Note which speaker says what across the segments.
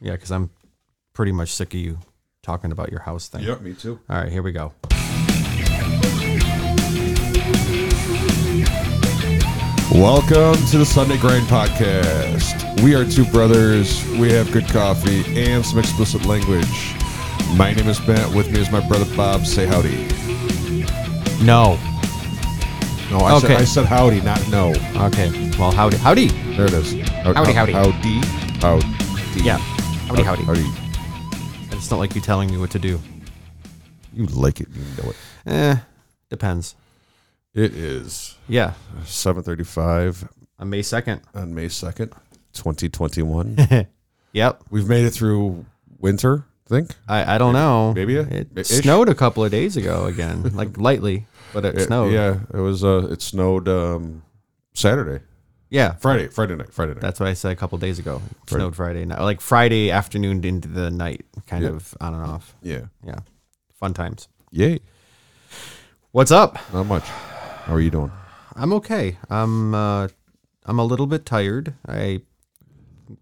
Speaker 1: Yeah, because I'm pretty much sick of you talking about your house thing.
Speaker 2: Yep, me too.
Speaker 1: All right, here we go.
Speaker 2: Welcome to the Sunday Grind Podcast. We are two brothers. We have good coffee and some explicit language. My name is Matt. With me is my brother Bob. Say howdy.
Speaker 1: No.
Speaker 2: No, I,
Speaker 1: Okay.
Speaker 2: said, I said howdy, not no.
Speaker 1: Okay. Well, howdy, howdy.
Speaker 2: There it is. Uh,
Speaker 1: Howdy, howdy.
Speaker 2: Howdy. Howdy.
Speaker 1: Yeah. Uh, Howdy, howdy.
Speaker 2: Howdy.
Speaker 1: I just don't like you telling me what to do.
Speaker 2: You like it. You know it.
Speaker 1: Eh, depends.
Speaker 2: It is
Speaker 1: Yeah.
Speaker 2: 7.35
Speaker 1: On May second.
Speaker 2: on May 2nd, 2021.
Speaker 1: Yep.
Speaker 2: We've made it through winter, I think.
Speaker 1: I, I don't know.
Speaker 2: maybe a-
Speaker 1: it
Speaker 2: ish.
Speaker 1: snowed a couple of days ago again, like lightly, but it,
Speaker 2: It-
Speaker 1: snowed.
Speaker 2: Yeah, it was. Uh, it snowed um, Saturday,
Speaker 1: Yeah.
Speaker 2: Friday, Friday night, Friday night.
Speaker 1: That's what I said a couple of days ago. It Snowed Friday night, like Friday afternoon into the night, kind
Speaker 2: Yeah.
Speaker 1: of on and off.
Speaker 2: yeah.
Speaker 1: Yeah. Fun times.
Speaker 2: Yay.
Speaker 1: What's up?
Speaker 2: Not much. How are you doing?
Speaker 1: I'm okay. I'm uh, I'm a little bit tired. I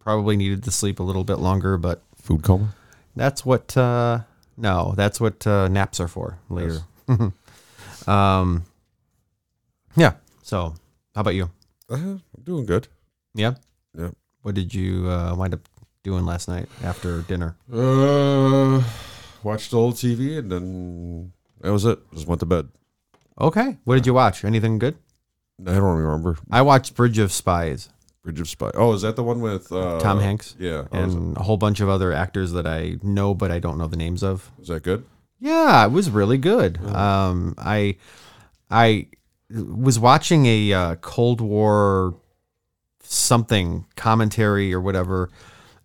Speaker 1: probably needed to sleep a little bit longer, but
Speaker 2: Food coma.
Speaker 1: that's what uh, no, that's what uh, naps are for later. um, yeah. So, how about you?
Speaker 2: Uh, I'm doing good.
Speaker 1: Yeah.
Speaker 2: Yeah.
Speaker 1: What did you uh, wind up doing last night after dinner?
Speaker 2: Uh, watched a little TV and then that was it. Just went to bed.
Speaker 1: Okay. What did you watch? Anything good?
Speaker 2: I don't remember.
Speaker 1: I watched Bridge of Spies
Speaker 2: Bridge of Spies. Oh, is that the one with uh,
Speaker 1: Tom Hanks.
Speaker 2: Yeah. Oh, is,
Speaker 1: and a whole bunch of other actors that I know but I don't know the names of.
Speaker 2: it- is that good?
Speaker 1: Yeah, it was really good. Um, I I was watching a uh, Cold War something commentary or whatever,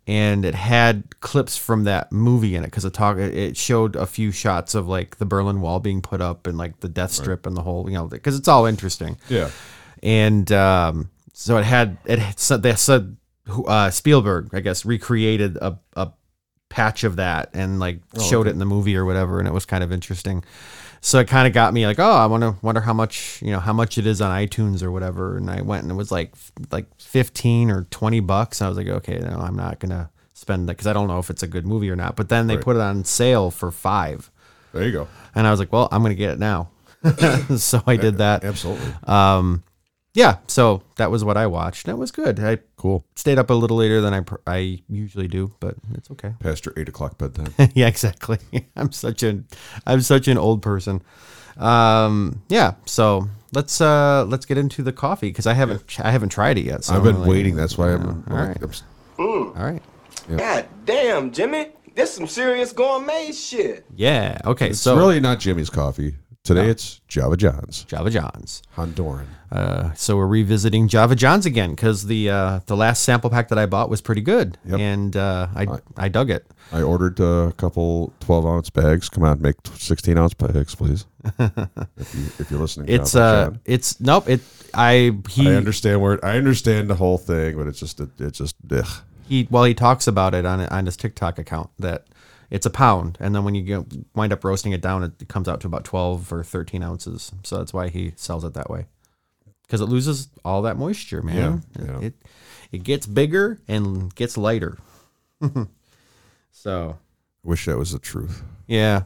Speaker 1: and it had clips from that movie in it because it talk it- it showed a few shots of like the Berlin Wall being put up and like the Death Strip and the whole you know because it's all interesting
Speaker 2: Yeah.
Speaker 1: and um, so it had it had, so they said who- uh, Spielberg, I guess, recreated a, a patch of that and like showed it in the movie or whatever, and it was kind of interesting. So it kind of got me like, oh, I want to wonder how much you know how much it is on iTunes or whatever, and I went and it was like f- like fifteen or twenty bucks. I was like, okay, no, I'm not gonna spend that because I don't know if it's a good movie or not. But then they put it on sale for five,
Speaker 2: There you go.
Speaker 1: and I was like, well, I'm gonna get it now. so I did that.
Speaker 2: Absolutely.
Speaker 1: Um, yeah, so that was what I watched. It was good. I
Speaker 2: cool.
Speaker 1: stayed up a little later than I pr- I usually do, but it's okay.
Speaker 2: Past your eight o'clock bedtime.
Speaker 1: yeah, exactly. I'm such an I'm such an old person. Um, yeah, so let's uh let's get into the coffee because I haven't I haven't tried it yet. So
Speaker 2: I've been
Speaker 1: like-
Speaker 2: waiting. That's why I'm.
Speaker 1: all right.
Speaker 2: I'm s-
Speaker 1: All right.
Speaker 3: God damn, Jimmy. This some serious gourmet shit.
Speaker 1: Yeah. Okay.
Speaker 2: It's
Speaker 1: so
Speaker 2: really not Jimmy's coffee. Today it's Java John's.
Speaker 1: Java John's.
Speaker 2: Honduran.
Speaker 1: Uh, so we're revisiting Java John's again because the uh, the last sample pack that I bought was pretty good,
Speaker 2: Yep.
Speaker 1: and uh, I I dug it.
Speaker 2: I ordered uh, a couple 12 ounce bags. Come on, make t- 16 ounce bags, please. if, you, if you're listening,
Speaker 1: It's
Speaker 2: Java
Speaker 1: uh,
Speaker 2: John.
Speaker 1: it's nope. It I he
Speaker 2: I understand where I understand the whole thing, but it's just it, it's just ugh.
Speaker 1: he well he talks about it on on his TikTok account that it's a pound, and then when you get, wind up roasting it down, it comes out to about twelve or thirteen ounces. So that's why he sells it that way, because it loses all that moisture, man.
Speaker 2: Yeah, yeah.
Speaker 1: It, it it gets bigger and gets lighter. so
Speaker 2: wish that was the truth.
Speaker 1: yeah.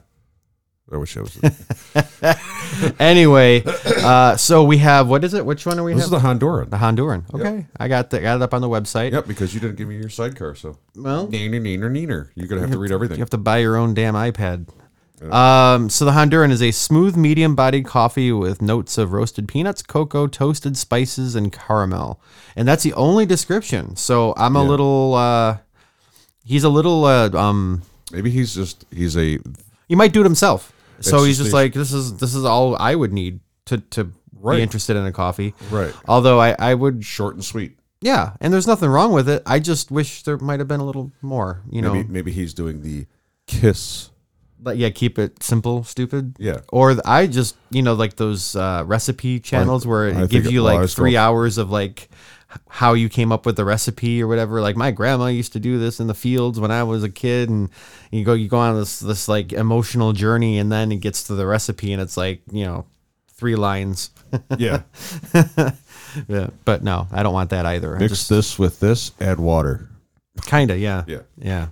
Speaker 2: I wish that was. The,
Speaker 1: Anyway, uh, so we have what is it? Which one do we
Speaker 2: this
Speaker 1: have?
Speaker 2: is the Honduran.
Speaker 1: the Honduran. Okay, I got the got it up on the website.
Speaker 2: Yep, because you didn't give me your sidecar, so
Speaker 1: Well,
Speaker 2: neener neener neener. You're gonna have to read
Speaker 1: You
Speaker 2: everything.
Speaker 1: have to buy your own damn iPad. Um, so the Honduran is a smooth, medium-bodied coffee with notes of roasted peanuts, cocoa, toasted spices, and caramel. And that's the only description. So I'm a little. Uh, he's a little. Uh, um,
Speaker 2: Maybe he's just he's a
Speaker 1: he might do it himself. so
Speaker 2: It's
Speaker 1: he's
Speaker 2: just
Speaker 1: just
Speaker 2: the-
Speaker 1: like this is this is all I would need to to
Speaker 2: Right.
Speaker 1: be interested in a coffee.
Speaker 2: Right.
Speaker 1: Although I I would
Speaker 2: short and sweet.
Speaker 1: yeah, and there's nothing wrong with it. I just wish there might have been a little more. You know,
Speaker 2: Maybe maybe he's doing the kiss.
Speaker 1: but yeah, keep it simple, stupid.
Speaker 2: Yeah.
Speaker 1: Or th- I just, you know, like those uh, recipe channels where
Speaker 2: I
Speaker 1: it
Speaker 2: think
Speaker 1: gives
Speaker 2: it-
Speaker 1: you
Speaker 2: well, I
Speaker 1: like
Speaker 2: was
Speaker 1: three
Speaker 2: going-
Speaker 1: hours of like h- how you came up with the recipe or whatever. Like my grandma used to do this in the fields when I was a kid, and you go, you go on this this like emotional journey, and then it gets to the recipe, and it's like you know, three lines.
Speaker 2: Yeah.
Speaker 1: yeah. But no, I don't want that either. I
Speaker 2: Mix
Speaker 1: just
Speaker 2: this with this. Add water.
Speaker 1: kind of yeah.
Speaker 2: Yeah.
Speaker 1: Yeah.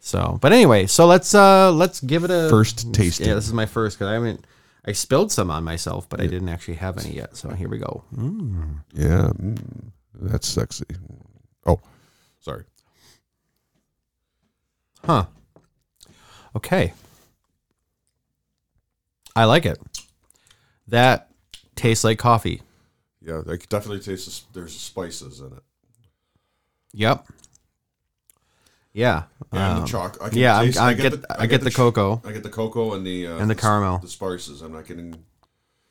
Speaker 1: So, but anyway, so let's uh let's give it a
Speaker 2: First tasting.
Speaker 1: Yeah, this is my first because I haven't. I spilled some on myself, but I didn't actually have any yet. So here we go.
Speaker 2: Yeah, mm, that's sexy. Oh, sorry.
Speaker 1: Huh. Okay. I like it. That tastes like coffee.
Speaker 2: Yeah, I could definitely taste. The, there's spices in it.
Speaker 1: Yep. Yeah.
Speaker 2: Yeah,
Speaker 1: Um,
Speaker 2: the choc. I
Speaker 1: yeah, I'm- I get I get the
Speaker 2: ch-
Speaker 1: cocoa.
Speaker 2: I get the cocoa and the uh,
Speaker 1: And the
Speaker 2: s-
Speaker 1: caramel.
Speaker 2: the spices. I'm not getting.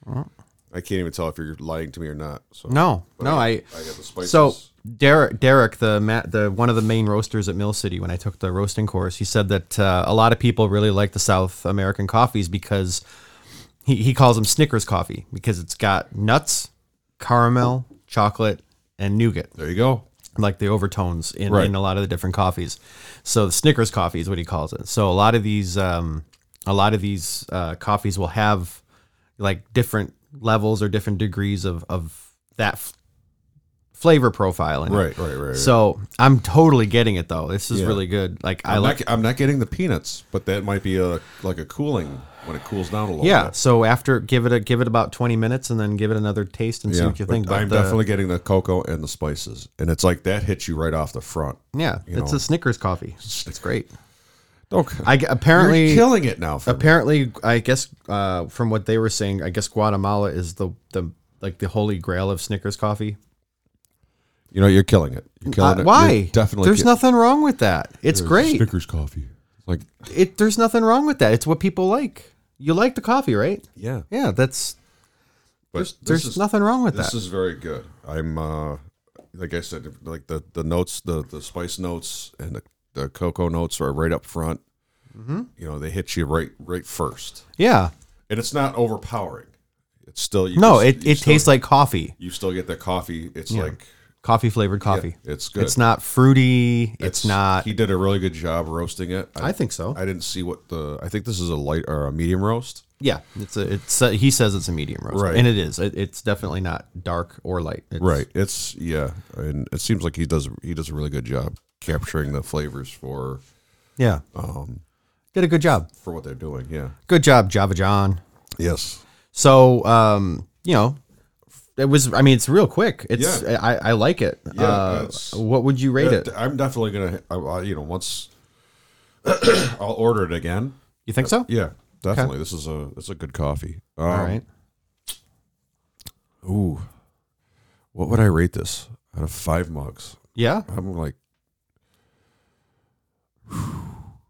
Speaker 2: I can't even tell if you're lying to me or not. So
Speaker 1: No,
Speaker 2: But
Speaker 1: no,
Speaker 2: I
Speaker 1: I.
Speaker 2: get- I get the spices.
Speaker 1: So Derek, Derek, the ma- the one of the main roasters at Mill City, when I took the roasting course, he said that uh, a lot of people really like the South American coffees because he he calls them Snickers coffee because it's got nuts, caramel, chocolate, and nougat,
Speaker 2: there you go.
Speaker 1: like the overtones in,
Speaker 2: Right.
Speaker 1: in a lot of the different coffees. So the Snickers coffee is what he calls it. So a lot of these um, a lot of these uh, coffees will have like different levels or different degrees of of that f- flavor profile. In it.
Speaker 2: Right, right, right. right.
Speaker 1: So I'm totally getting it though. This is
Speaker 2: Yeah.
Speaker 1: really good. Like I
Speaker 2: I'm
Speaker 1: like.
Speaker 2: not, I'm not getting the peanuts, but that might be a like a cooling when it cools down a little.
Speaker 1: Yeah.
Speaker 2: bit.
Speaker 1: So after give it a give it about 20 minutes and then give it another taste and see
Speaker 2: yeah.
Speaker 1: what you
Speaker 2: but
Speaker 1: think. But
Speaker 2: I'm
Speaker 1: the-
Speaker 2: definitely getting the cocoa and the spices, and it's like that hits you right off the front.
Speaker 1: yeah. It's
Speaker 2: know.
Speaker 1: a Snickers coffee. It's great.
Speaker 2: Okay,
Speaker 1: I g- apparently
Speaker 2: you're killing it now. For me.
Speaker 1: apparently i guess uh, from what they were saying i guess guatemala is the, the like the holy grail of snickers coffee
Speaker 2: You know, you're killing it. You're
Speaker 1: Uh,
Speaker 2: killing it.
Speaker 1: why
Speaker 2: You're definitely.
Speaker 1: there's
Speaker 2: ki-
Speaker 1: nothing wrong with that it's great
Speaker 2: Snickers coffee. Like
Speaker 1: it there's nothing wrong with that it's what people like you like the coffee right
Speaker 2: yeah,
Speaker 1: yeah that's
Speaker 2: but this
Speaker 1: there's
Speaker 2: is-
Speaker 1: nothing wrong with
Speaker 2: This
Speaker 1: that
Speaker 2: is very good. I'm uh like I said, like the the notes, the the spice notes and the, the cocoa notes are right up front.
Speaker 1: Mm-hmm.
Speaker 2: You know, they hit you right right first,
Speaker 1: yeah
Speaker 2: and it's not overpowering. It's still you
Speaker 1: no
Speaker 2: just-
Speaker 1: it,
Speaker 2: you
Speaker 1: it
Speaker 2: still-
Speaker 1: tastes like coffee
Speaker 2: you still get the coffee. It's like
Speaker 1: coffee flavored coffee
Speaker 2: it's good.
Speaker 1: it's not fruity it's, not
Speaker 2: He did a really good job roasting it.
Speaker 1: i think so
Speaker 2: I didn't see what the. I think this is a light or a medium roast.
Speaker 1: yeah it's a it's a, he says it's a medium roast
Speaker 2: Right.
Speaker 1: and it is it, it's definitely not dark or light It's-
Speaker 2: Right. It's yeah, and it seems like he does he does a really good job capturing the flavors for
Speaker 1: yeah
Speaker 2: um
Speaker 1: did a good job
Speaker 2: for what they're doing. Yeah.
Speaker 1: good job java john
Speaker 2: Yes.
Speaker 1: so um you know it was i mean it's real quick it's I, I like it
Speaker 2: Yeah,
Speaker 1: uh,
Speaker 2: it's-
Speaker 1: what would you rate it
Speaker 2: Uh, I'm definitely gonna. I, I, you know, once I'll order it again.
Speaker 1: you think so
Speaker 2: Yeah, definitely. This is a it's a good coffee. Um,
Speaker 1: all right
Speaker 2: Ooh, what would I rate this out of five mugs?
Speaker 1: yeah
Speaker 2: I'm like,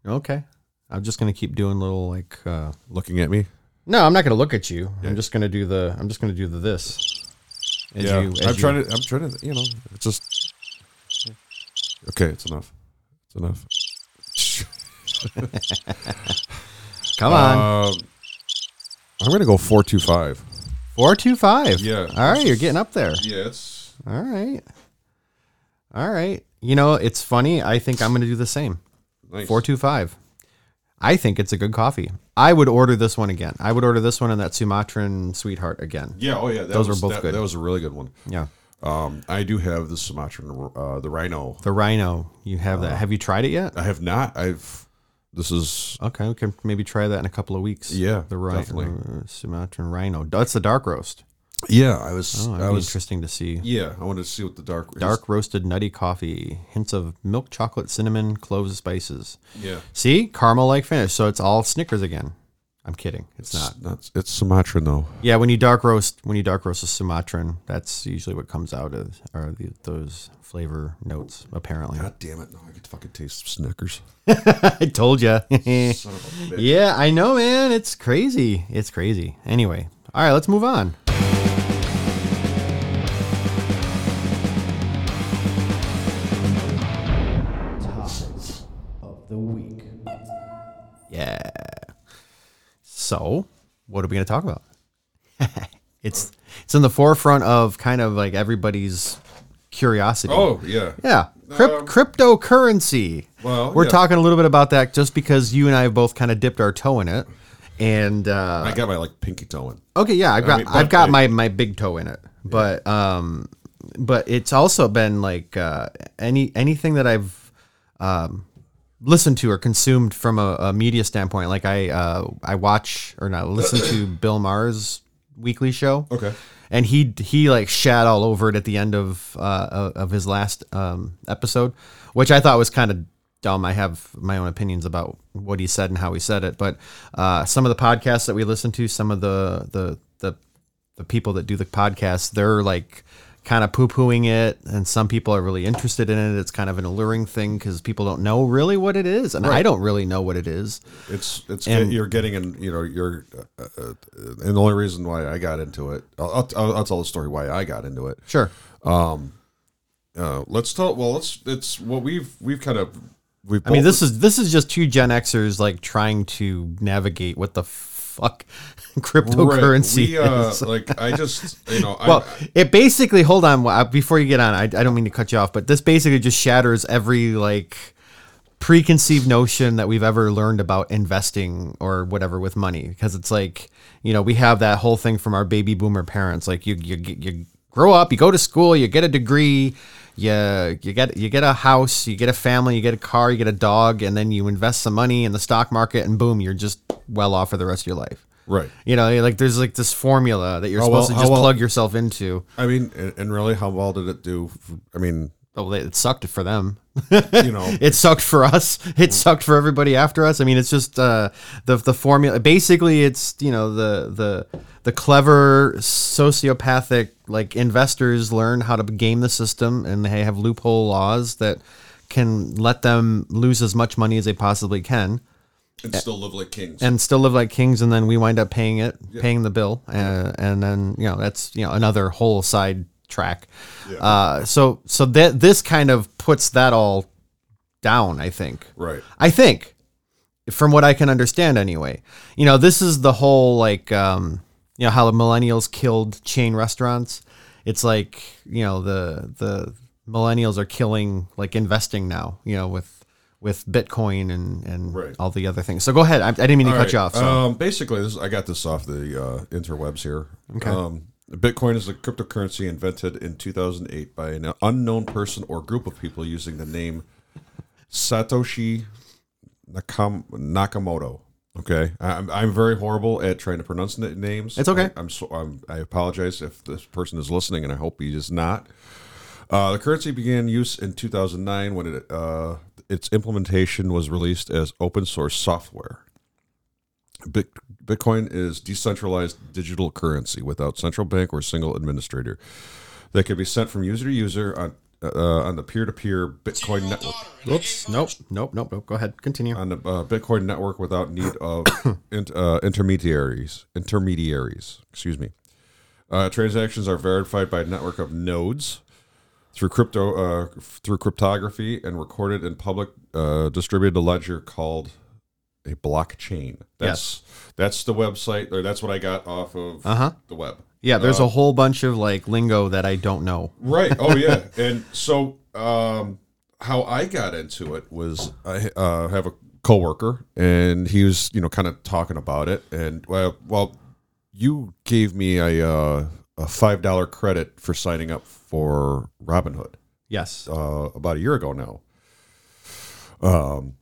Speaker 1: okay i'm just gonna keep doing little like uh
Speaker 2: looking at me.
Speaker 1: no i'm not gonna look at you i'm just gonna do the i'm just gonna do the this as
Speaker 2: yeah,
Speaker 1: you- as
Speaker 2: I'm
Speaker 1: you-
Speaker 2: trying to. I'm trying to. You know, it's just. Okay, it's enough. It's enough.
Speaker 1: come on
Speaker 2: Um, I'm gonna go four two five.
Speaker 1: four two five
Speaker 2: yeah,
Speaker 1: all
Speaker 2: this
Speaker 1: right you're
Speaker 2: is-
Speaker 1: getting up there
Speaker 2: Yeah, it's
Speaker 1: all right all right you know it's funny i think i'm gonna do the same
Speaker 2: nice.
Speaker 1: 425. I think it's a good coffee. I would order this one again. I would order this one and that Sumatran Sweetheart again.
Speaker 2: Yeah. Oh yeah. That
Speaker 1: Those are
Speaker 2: was,
Speaker 1: both
Speaker 2: that,
Speaker 1: good.
Speaker 2: That was a really good one.
Speaker 1: Yeah.
Speaker 2: Um, I do have the Sumatran, uh, the Rhino.
Speaker 1: The Rhino, you have
Speaker 2: Oh.
Speaker 1: that. Have you tried it yet?
Speaker 2: I have not. I've. This is
Speaker 1: Okay, we can maybe try that in a couple of weeks.
Speaker 2: Yeah,
Speaker 1: The Rhino,
Speaker 2: definitely.
Speaker 1: Sumatran Rhino. That's the dark roast.
Speaker 2: yeah. I was.
Speaker 1: Oh, that'd
Speaker 2: I
Speaker 1: be
Speaker 2: was.
Speaker 1: interesting to see.
Speaker 2: Yeah. I wanted to see what the dark
Speaker 1: Dark roasted nutty coffee, hints of milk, chocolate, cinnamon, cloves, spices.
Speaker 2: Yeah.
Speaker 1: See, caramel like finish. So it's all Snickers again. I'm kidding. It's not.
Speaker 2: It's, not, it's Sumatran though.
Speaker 1: Yeah, when you dark roast, when you dark roast a Sumatran, that's usually what comes out of are the, those flavor notes. Apparently,
Speaker 2: God damn it! No, I could fucking taste Snickers.
Speaker 1: I told you.
Speaker 2: Son of a bitch.
Speaker 1: yeah, I know, man. It's crazy. It's crazy. Anyway, all right, let's move on.
Speaker 4: of the week.
Speaker 1: Yeah. So, what are we going to talk about? it's it's in the forefront of kind of like everybody's curiosity.
Speaker 2: Oh yeah.
Speaker 1: Yeah. Crypt-
Speaker 2: Um,
Speaker 1: cryptocurrency.
Speaker 2: Well,
Speaker 1: we're
Speaker 2: yeah.
Speaker 1: talking a little bit about that just because you and I have both kind of dipped our toe in it. And uh,
Speaker 2: I got my like pinky toe in.
Speaker 1: okay, yeah, I've got
Speaker 2: mean, but
Speaker 1: I've got
Speaker 2: I-
Speaker 1: my my big toe in it, but um, but it's also been like uh, any anything that I've um listened to or consumed from a, a media standpoint. Like I uh, I watch or not listen to Bill Maher's weekly show.
Speaker 2: Okay.
Speaker 1: And he he like shat all over it at the end of uh, of his last um, episode, which I thought was kind of dumb. I have my own opinions about what he said and how he said it, but uh, some of the podcasts that we listen to, some of the the the, the people that do the podcasts, they're like kind of poo pooing it, and some people are really interested in it. It's kind of an alluring thing because people don't know really what it is, and I don't really know what it is.
Speaker 2: It's it's
Speaker 1: And-
Speaker 2: you're getting in you know you're uh, uh, uh, and the only reason why I got into it I'll, I'll, I'll tell the story why I got into it.
Speaker 1: Sure.
Speaker 2: Uh, let's talk. Well, let's it's what we've we've kind of we've.
Speaker 1: I mean, this is this is just two Gen Xers like trying to navigate what the fuck cryptocurrency
Speaker 2: We, uh,
Speaker 1: is.
Speaker 2: like I just you know I,
Speaker 1: Well, it basically hold on wh- before you get on. I, I don't mean to cut you off, but this basically just shatters every like preconceived notion that we've ever learned about investing or whatever with money because it's like you know we have that whole thing from our baby boomer parents like you you you grow up you go to school you get a degree you you get you get a house you get a family you get a car you get a dog and then you invest some money in the stock market and boom you're just well off for the rest of your life
Speaker 2: right.
Speaker 1: you know, like there's like this formula that you're
Speaker 2: How Oh, well-
Speaker 1: supposed to
Speaker 2: how
Speaker 1: just
Speaker 2: well-
Speaker 1: plug yourself into.
Speaker 2: I mean, and, and really, how well did it do? f- I mean,
Speaker 1: Oh, they- it sucked for them.
Speaker 2: you know,
Speaker 1: It sucked for us. It sucked for everybody after us. I mean, it's just uh, the the formula. Basically, it's you know the the the clever sociopathic like investors learn how to game the system, and they have loophole laws that can let them lose as much money as they possibly can.
Speaker 2: and still live like kings.
Speaker 1: and still live like kings and then we wind up paying it paying the bill uh, and then you know that's you know another whole side track uh, so so that this kind of puts that all down i think
Speaker 2: right.
Speaker 1: i think from what i can understand anyway you know this is the whole like um you know how the millennials killed chain restaurants it's like you know the the millennials are killing like investing now you know with with bitcoin and and
Speaker 2: Right.
Speaker 1: all the other things so go ahead i, I didn't mean to
Speaker 2: All
Speaker 1: cut
Speaker 2: right,
Speaker 1: you off so.
Speaker 2: Um, basically, this I got this off the uh, interwebs here.
Speaker 1: Okay.
Speaker 2: Um, Bitcoin is a cryptocurrency invented in 2008 by an unknown person or group of people using the name Satoshi Nakam- Nakamoto. Okay, I'm, I'm very horrible at trying to pronounce na- names.
Speaker 1: It's okay.
Speaker 2: I, am so I'm, I apologize if this person is listening, and I hope he is not. Uh, the currency began use in 2009 when it, uh, its implementation was released as open source software. Bit- Bitcoin is decentralized digital currency without central bank or single administrator that can be sent from user to user on uh, on the peer-to-peer Bitcoin network
Speaker 1: Whoops. Nope. Nope. Nope. Nope. Go ahead. Continue.
Speaker 2: on the uh, Bitcoin network without need of in, uh, intermediaries. Intermediaries, excuse me. Uh, transactions are verified by a network of nodes through crypto uh, through cryptography and recorded in public uh, distributed ledger called a blockchain. That's that's the website or that's what I got off of
Speaker 1: Uh-huh.
Speaker 2: the web.
Speaker 1: Yeah. There's
Speaker 2: uh,
Speaker 1: a whole bunch of like lingo that I don't know.
Speaker 2: Right. Oh yeah. and so um how I got into it was I uh, have a coworker and he was, you know, kind of talking about it and well, well you gave me a uh, a $5 credit for signing up for Robinhood
Speaker 1: Yes.
Speaker 2: uh, about a year ago now. Um,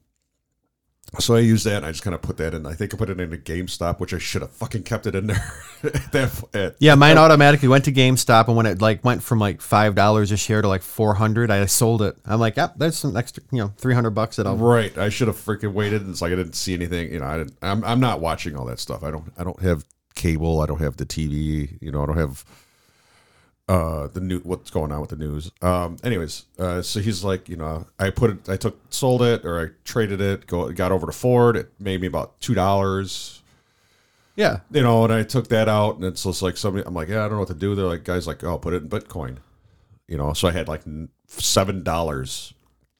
Speaker 2: so I used that and I just kind of put that in. I think I put it into GameStop, which I should have fucking kept it in there. at that, at,
Speaker 1: Yeah. Mine automatically went to GameStop, and when it like went from like five dollars a share to like four hundred, I sold it. I'm like, yep, there's some extra, you know, three hundred bucks that I'll.
Speaker 2: Right. I should have freaking waited. It's like I didn't see anything. You know, I didn't. I'm, I'm not watching all that stuff. I don't. I don't have cable. I don't have the TV. You know, I don't have uh the new what's going on with the news. Um. Anyways, uh. So he's like, you know, I put it. I took sold it or I traded it. Go got over to Ford. It made me about two dollars
Speaker 1: Yeah.
Speaker 2: you know, and I took that out, and it's just like somebody. I'm like, yeah, I don't know what to do. They're like, guys, like, oh, put it in Bitcoin, you know. So I had like n- seven dollars.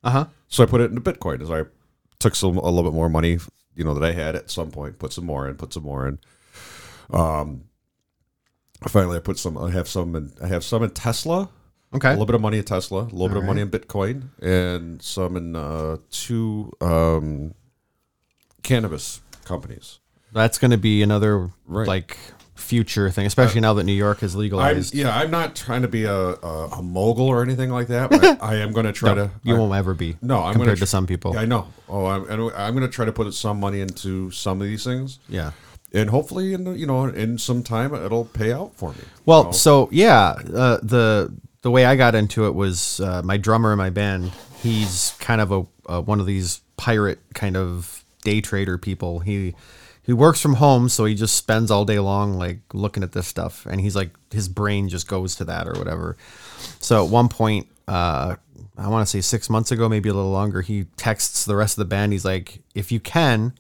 Speaker 2: Uh
Speaker 1: Uh-huh.
Speaker 2: So I put it into Bitcoin. So I took some a little bit more money, you know, that I had at some point. Put some more in. Put some more in. Um, finally, I put some. I have some. In, I have some in Tesla. A
Speaker 1: Okay.
Speaker 2: little bit of money in Tesla. A little bit of money in Bitcoin, and some in uh, two um, cannabis companies.
Speaker 1: That's going to be another
Speaker 2: Right. Uh,
Speaker 1: like future thing, especially now that New York has
Speaker 2: I'm,
Speaker 1: legalized.
Speaker 2: yeah, I'm not trying to be a, a, a mogul or anything like that, but I am going to try to.
Speaker 1: you
Speaker 2: I-
Speaker 1: won't ever be.
Speaker 2: No, I'm
Speaker 1: compared
Speaker 2: gonna,
Speaker 1: to some people.
Speaker 2: Yeah, I know. Oh, I'm, and I'm going to try to put some money into some of these things,
Speaker 1: yeah.
Speaker 2: and hopefully, in the, you know, in some time, it'll pay out for me.
Speaker 1: Well, so yeah, uh, the the way I got into it was uh, my drummer in my band. He's kind of a uh, one of these pirate kind of day trader people. He he works from home, so he just spends all day long like looking at this stuff, and he's like his brain just goes to that or whatever. So at one point, uh, I want to say six months ago, maybe a little longer, he texts the rest of the band. He's like, "If you can,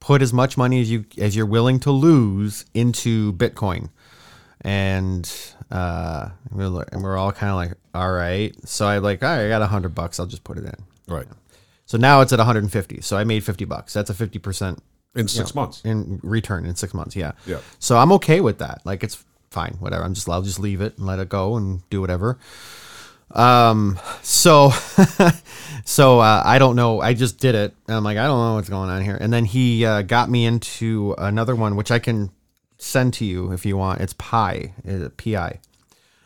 Speaker 1: put as much money as you as you're willing to lose into Bitcoin." and uh, we we're, and we're all kind of like, all right. So I like, all right, I got a hundred bucks. I'll just put it in.
Speaker 2: right
Speaker 1: So now it's at 150. So I made 50 bucks. That's a 50 percent
Speaker 2: in six months,
Speaker 1: in return in six months. Yeah.
Speaker 2: Yeah.
Speaker 1: So I'm okay with that. Like it's fine, whatever. I'm just I'll just leave it and let it go and do whatever. Um. So, so uh, I don't know. I just did it. And I'm like I don't know what's going on here. And then he uh, got me into another one, which I can send to you if you want. It's Pi, uh, Pi,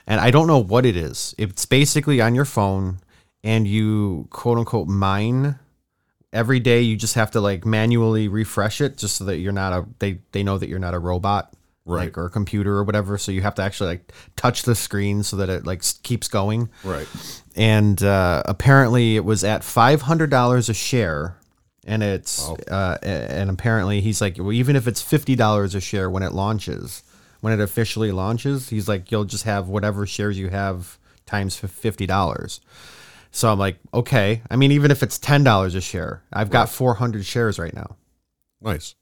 Speaker 1: and I don't know what it is. It's basically on your phone, and you quote unquote mine every day you just have to like manually refresh it just so that you're not a they they know that you're not a robot
Speaker 2: Right.
Speaker 1: like, or a computer or whatever so you have to actually like touch the screen so that it like s- keeps going
Speaker 2: right?
Speaker 1: and uh, apparently it was at $500 a share and it's uh, a- and apparently he's like well even if it's $50 a share when it launches when it officially launches he's like you'll just have whatever shares you have times $50 so i'm like okay i mean even if it's $10 a share i've got 400 shares right now
Speaker 2: Nice.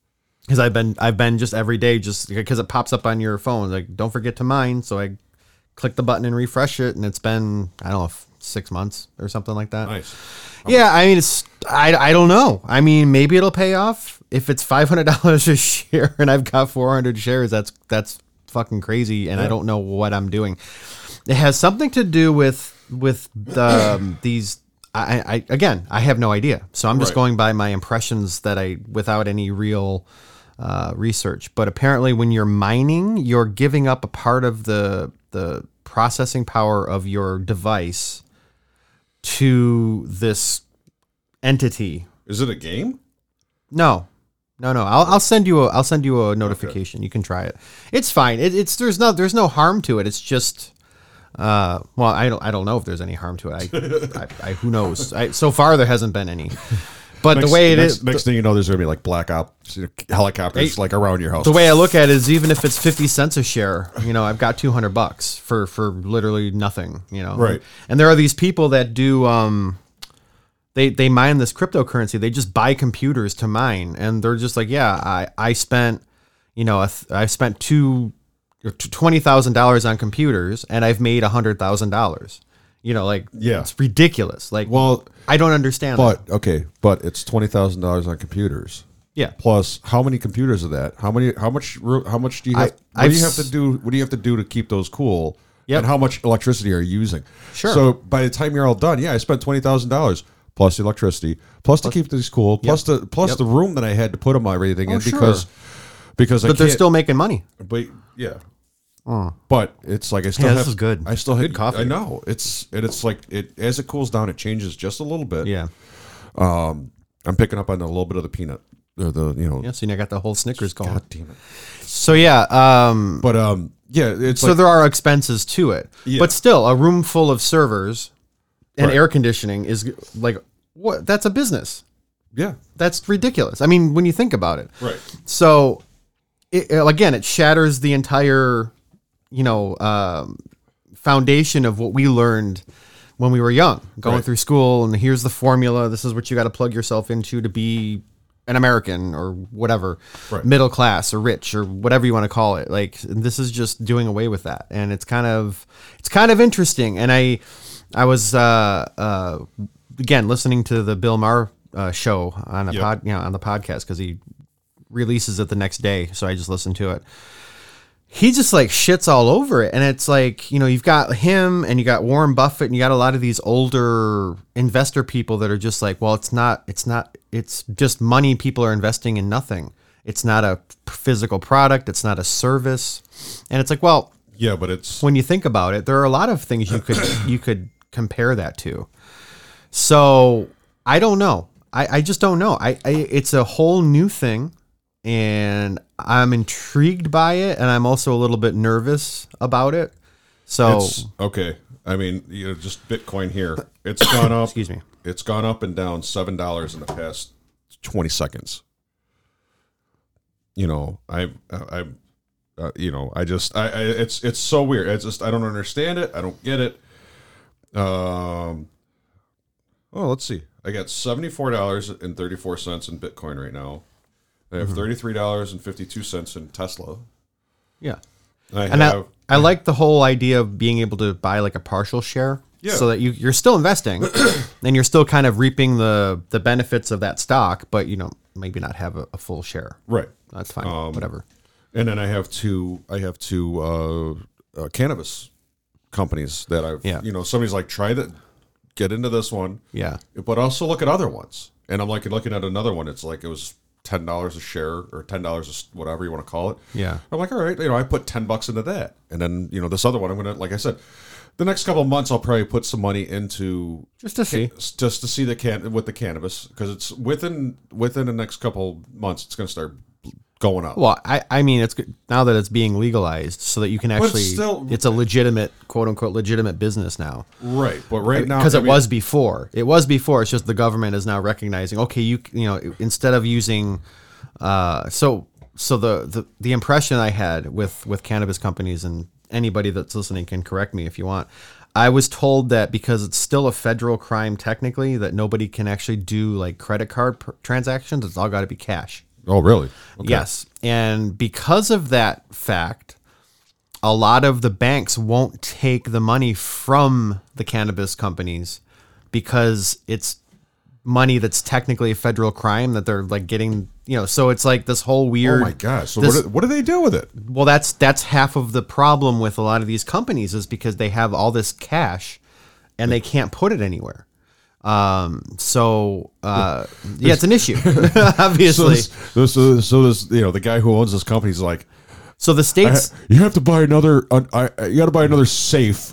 Speaker 1: because I've been I've been just every day just because it pops up on your phone like don't forget to mine. So I click the button and refresh it, and it's been I don't know f- six months or something like that.
Speaker 2: Nice.
Speaker 1: Yeah, I mean it's I, I don't know. I mean maybe it'll pay off if it's five hundred dollars a share and I've got four hundred shares. That's that's fucking crazy, and I don't know what I'm doing. It has something to do with with um, these. I, I again, I have no idea. So I'm just
Speaker 2: Right.
Speaker 1: going by my impressions that I without any real uh, research. But apparently, when you're mining, you're giving up a part of the the processing power of your device to this entity.
Speaker 2: Is it a game?
Speaker 1: No, no, no. I'll, I'll send you a I'll send you a notification. You can try it. It's fine. It, it's there's no there's no harm to it. It's just. Uh, well, I don't, I don't know if there's any harm to it. I, I, I who knows? I, so far there hasn't been any, but the way it
Speaker 2: next,
Speaker 1: is,
Speaker 2: next thing you know, there's going to be like black ops you know, helicopters
Speaker 1: Hey,
Speaker 2: like around your house.
Speaker 1: the way I look at it is even if it's 50 cents a share, you know, I've got 200 bucks for, for literally nothing, you know?
Speaker 2: Right.
Speaker 1: And there are these people that do, um, they, they mine this cryptocurrency. They just buy computers to mine. And they're just like, yeah, I, I spent, you know, a th- I spent two or t- $20,000 on computers and I've made a hundred thousand dollars, you know, like,
Speaker 2: Yeah.
Speaker 1: it's ridiculous. Like,
Speaker 2: well,
Speaker 1: I don't understand. that.
Speaker 2: but okay, but it's twenty thousand dollars on computers.
Speaker 1: yeah,
Speaker 2: Plus, how many computers are that? How many? How much? ro- How much do you have? what
Speaker 1: I've
Speaker 2: do you have
Speaker 1: s-
Speaker 2: to do? What do you have to do to keep those cool?
Speaker 1: Yep.
Speaker 2: And how much electricity are you using?
Speaker 1: Sure.
Speaker 2: So by the time you're all done, yeah, I spent twenty thousand dollars plus the electricity, plus, to keep these cool, plus the plus the room that I had to put them everything in
Speaker 1: Oh, sure.
Speaker 2: because because I
Speaker 1: but they're
Speaker 2: can't-
Speaker 1: still making money.
Speaker 2: But yeah. But it's like I still
Speaker 1: Yeah,
Speaker 2: have
Speaker 1: this is good.
Speaker 2: I still
Speaker 1: Good coffee.
Speaker 2: I know it's and it's like it as it cools down, it changes just a little bit.
Speaker 1: Yeah.
Speaker 2: I'm picking up on a little bit of the peanut, or the you know.
Speaker 1: Yeah. So you got the whole Snickers going.
Speaker 2: God damn it.
Speaker 1: So yeah, um,
Speaker 2: But um, yeah, it's
Speaker 1: so
Speaker 2: like
Speaker 1: there are expenses to it,
Speaker 2: Yeah.
Speaker 1: but still, a room full of servers and
Speaker 2: Right.
Speaker 1: air conditioning is like what? That's a business.
Speaker 2: yeah,
Speaker 1: That's ridiculous. I mean, when you think about it,
Speaker 2: right,
Speaker 1: so it, it- again, it shatters the entire, you know, um, foundation of what we learned when we were young, going
Speaker 2: Right.
Speaker 1: through school. And here's the formula. This is what you got to plug yourself into to be an American or whatever,
Speaker 2: Right.
Speaker 1: middle class or rich or whatever you want to call it. Like this is just doing away with that, and it's kind of it's kind of interesting. And I I was uh, uh, again listening to the Bill Maher uh, show on a
Speaker 2: Yeah.
Speaker 1: pod, you know, on the podcast because he releases it the next day, so I just listened to it. He just like shits all over it, and it's like you know you've got him and you got Warren Buffett and you got a lot of these older investor people that are just like, well, it's not, it's not, it's just money people are investing in nothing, It's not a physical product. It's not a service. And it's like, well,
Speaker 2: Yeah, but it's
Speaker 1: when you think about it, there are a lot of things you could you could compare that to. So I don't know. I, I just don't know. I, I it's a whole new thing, and I'm intrigued by it, and I'm also a little bit nervous about it. So
Speaker 2: it's okay. I mean, you know, just Bitcoin here. It's gone up.
Speaker 1: excuse me.
Speaker 2: It's gone up and down seven dollars in the past twenty seconds. You know, I, I, uh, you know, I just, I, I, it's, it's so weird. I just, I don't understand it. I don't get it. Um. Oh, let's see. I got seventy four dollars and thirty four cents in Bitcoin right now. I have three dollars and fifty two cents in Tesla.
Speaker 1: Yeah.
Speaker 2: I
Speaker 1: And
Speaker 2: have.
Speaker 1: I, I like the whole idea of being able to buy like a partial share.
Speaker 2: Yeah.
Speaker 1: So that you, you're still investing and you're still kind of reaping the, the benefits of that stock, but you know, maybe not have a, a full share.
Speaker 2: right.
Speaker 1: That's fine.
Speaker 2: Um,
Speaker 1: Whatever.
Speaker 2: and then I have two. I have two uh, uh, cannabis companies that I've.
Speaker 1: Yeah.
Speaker 2: You know, somebody's like, try that, get into this one,
Speaker 1: Yeah.
Speaker 2: but also look at other ones. And I'm like looking at another one. It's like it was ten dollars a share or ten dollars whatever you want to call it.
Speaker 1: Yeah.
Speaker 2: I'm like, all right, you know, I put ten bucks into that, and then you know this other one. I'm gonna, like I said, the next couple of months I'll probably put some money into
Speaker 1: Just to see.
Speaker 2: s- just to see the can with the cannabis because it's within within the next couple months it's gonna start going up.
Speaker 1: Well, I, I mean, it's good now that it's being legalized so that you can
Speaker 2: it's
Speaker 1: actually,
Speaker 2: still-
Speaker 1: it's a legitimate, quote unquote, legitimate business now.
Speaker 2: Right, but right now
Speaker 1: because
Speaker 2: I
Speaker 1: it
Speaker 2: mean-
Speaker 1: was before. It was before. It's just the government is now recognizing. Okay, you you know instead of using, uh, so so the the the impression I had with with cannabis companies and anybody that's listening can correct me if you want. I was told that because it's still a federal crime technically that nobody can actually do like credit card pr- transactions. It's all got to be cash.
Speaker 2: Oh, really? Okay.
Speaker 1: Yes. And because of that fact, a lot of the banks won't take the money from the cannabis companies because it's money that's technically a federal crime that they're like getting, you know, so it's like this whole
Speaker 2: Oh
Speaker 1: weird
Speaker 2: my gosh! So
Speaker 1: This-
Speaker 2: what, do, what do they do with it?
Speaker 1: well that's that's half of the problem with a lot of these companies is because they have all this cash and they can't put it anywhere. Um so uh yeah, it's an issue.
Speaker 2: So
Speaker 1: obviously.
Speaker 2: this, this, uh, so this, you know, the guy who owns this company is like,
Speaker 1: so the states
Speaker 2: you have to buy another. Uh, I, I- you got to buy another safe.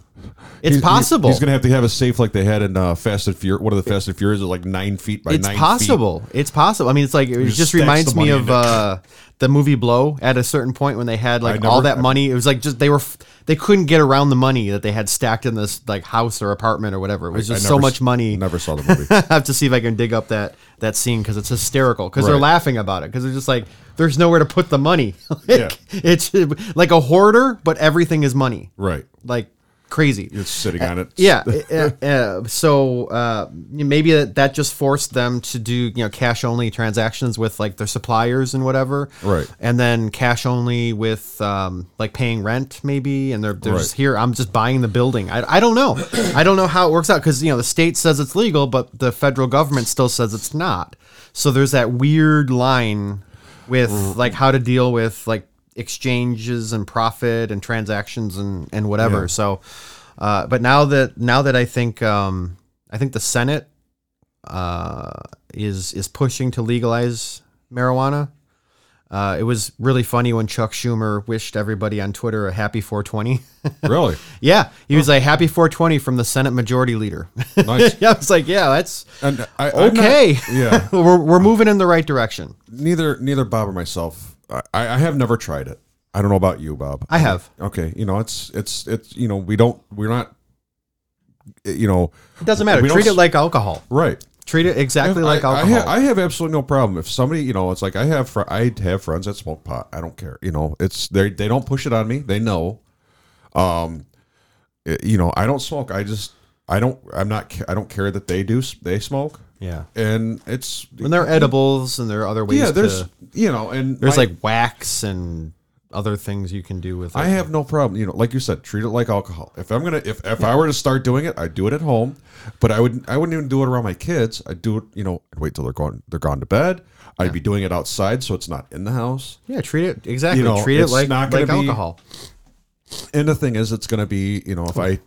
Speaker 1: It's
Speaker 2: He's-
Speaker 1: possible.
Speaker 2: He's gonna have to have a safe like they had in uh, Fast and Furious. One of the Fast and Furious is like nine feet by
Speaker 1: it's
Speaker 2: nine. feet.
Speaker 1: possible it's possible i mean it's like it
Speaker 2: just
Speaker 1: just,
Speaker 2: stacks
Speaker 1: reminds
Speaker 2: the
Speaker 1: me
Speaker 2: money
Speaker 1: of
Speaker 2: into-
Speaker 1: uh the movie blow at a certain point when they had like
Speaker 2: I
Speaker 1: all
Speaker 2: never-
Speaker 1: that money it was like just they were f- they couldn't get around the money that they had stacked in this like house or apartment or whatever it was
Speaker 2: I
Speaker 1: just
Speaker 2: never
Speaker 1: so
Speaker 2: s-
Speaker 1: much money
Speaker 2: Never saw the movie.
Speaker 1: i have to see if i can dig up that that scene because it's hysterical because they're
Speaker 2: Right.
Speaker 1: laughing about it because they're just like there's nowhere to put the money like,
Speaker 2: Yeah.
Speaker 1: it's like a hoarder but everything is money
Speaker 2: right.
Speaker 1: like crazy
Speaker 2: It's sitting on it.
Speaker 1: yeah. uh, uh, so uh, maybe that, that just forced them to do you know cash only transactions with like their suppliers and whatever.
Speaker 2: Right.
Speaker 1: And then cash only with um, like paying rent maybe, and they're, they're just
Speaker 2: Right.
Speaker 1: here. I'm just buying the building. I, I don't know. I don't know how it works out because you know the state says it's legal, but the federal government still says it's not. So there's that weird line with like how to deal with like exchanges and profit and transactions and and whatever. So, uh, but now that now that I think um, I think the Senate uh, is is pushing to legalize marijuana. Uh, it was really funny when Chuck Schumer wished everybody on Twitter a happy 420.
Speaker 2: Really.
Speaker 1: yeah, he was like happy 420 from the Senate Majority Leader.
Speaker 2: Nice.
Speaker 1: yeah, I was like, yeah, that's
Speaker 2: And I, I'm not-
Speaker 1: okay.
Speaker 2: yeah.
Speaker 1: we're we're moving in the right direction.
Speaker 2: neither neither Bob or myself. I, I have never tried it. I don't know about you, Bob.
Speaker 1: I have.
Speaker 2: Okay, you know it's it's it's you know we don't we're not you know
Speaker 1: It doesn't matter.
Speaker 2: We don't
Speaker 1: Treat it
Speaker 2: s-
Speaker 1: like alcohol.
Speaker 2: right
Speaker 1: Treat it exactly like
Speaker 2: I, I,
Speaker 1: alcohol.
Speaker 2: have, I have absolutely no problem if somebody you know it's like I have fr- I have friends that smoke pot. I don't care. You know it's they they don't push it on me. They know. Um, it- you know I don't smoke. I just I don't I'm not ca- I don't care that they do s- they smoke.
Speaker 1: Yeah.
Speaker 2: and it's
Speaker 1: and there are edibles and there are other ways.
Speaker 2: yeah. There's
Speaker 1: to,
Speaker 2: you know and
Speaker 1: there's
Speaker 2: my-
Speaker 1: like wax and other things you can do with.
Speaker 2: I
Speaker 1: it.
Speaker 2: have no problem. You know, like you said, treat it like alcohol. If I'm gonna, if, if I were to start doing it, I'd do it at home, but I wouldn't. I wouldn't even do it around my kids. I'd do it. You know, I'd wait till they're gone. They're gone to bed. I'd be doing it outside, so it's not in the house.
Speaker 1: Yeah, treat it exactly.
Speaker 2: You know,
Speaker 1: treat it
Speaker 2: it's
Speaker 1: like
Speaker 2: not gonna
Speaker 1: like
Speaker 2: be-
Speaker 1: alcohol.
Speaker 2: And the thing is, it's gonna be. You know, if I,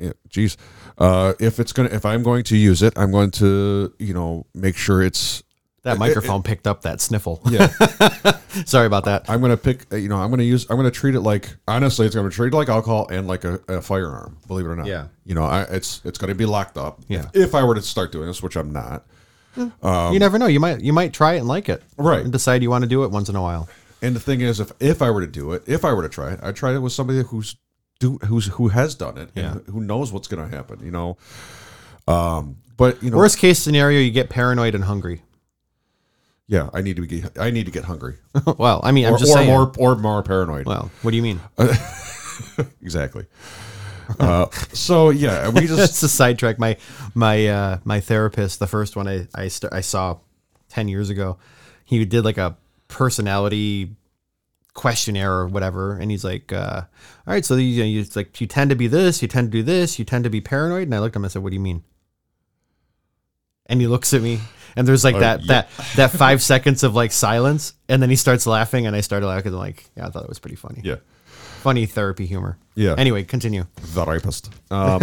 Speaker 2: yeah, geez, uh, if it's gonna, if I'm going to use it, I'm going to, you know, make sure it's
Speaker 1: That microphone picked up that sniffle.
Speaker 2: Yeah.
Speaker 1: Sorry about that.
Speaker 2: I'm gonna pick. uh, You know, I'm gonna use. I'm gonna treat it like honestly, it's gonna treat it like alcohol and like a, a firearm. Believe it or not.
Speaker 1: Yeah.
Speaker 2: You know, I, it's it's gonna be locked up.
Speaker 1: Yeah.
Speaker 2: If, if I were to start doing this, which I'm not.
Speaker 1: you never know. You might you might try it and like it.
Speaker 2: Um, Right.
Speaker 1: And decide you want to do it once in a while.
Speaker 2: And the thing is, if if I were to do it, if I were to try it, I'd try it with somebody who's do who's who has done it and who knows what's gonna happen. You know. Um. But you know,
Speaker 1: Worst case scenario, you get paranoid and hungry.
Speaker 2: yeah, I need to be. I need to get hungry,
Speaker 1: well, I mean, I'm
Speaker 2: or,
Speaker 1: just
Speaker 2: or
Speaker 1: saying.
Speaker 2: more or more paranoid.
Speaker 1: well, what do you mean?
Speaker 2: Exactly. Uh, so yeah, we just
Speaker 1: That's a sidetrack. My my uh, my therapist, the first one I I, st- I saw ten years ago, he did like a personality questionnaire or whatever, and he's like, uh, "All right, so you, you it's like you tend to be this, you tend to do this, you tend to be paranoid." And I looked at him and said, "What do you mean?" And he looks at me, and there's like
Speaker 2: Oh,
Speaker 1: that
Speaker 2: yeah.
Speaker 1: that that five seconds of like silence, and then he starts laughing, and I started laughing, and like, yeah, I thought it was pretty funny,
Speaker 2: yeah,
Speaker 1: funny therapy humor.
Speaker 2: Yeah.
Speaker 1: Anyway, continue.
Speaker 2: the rapist. Um,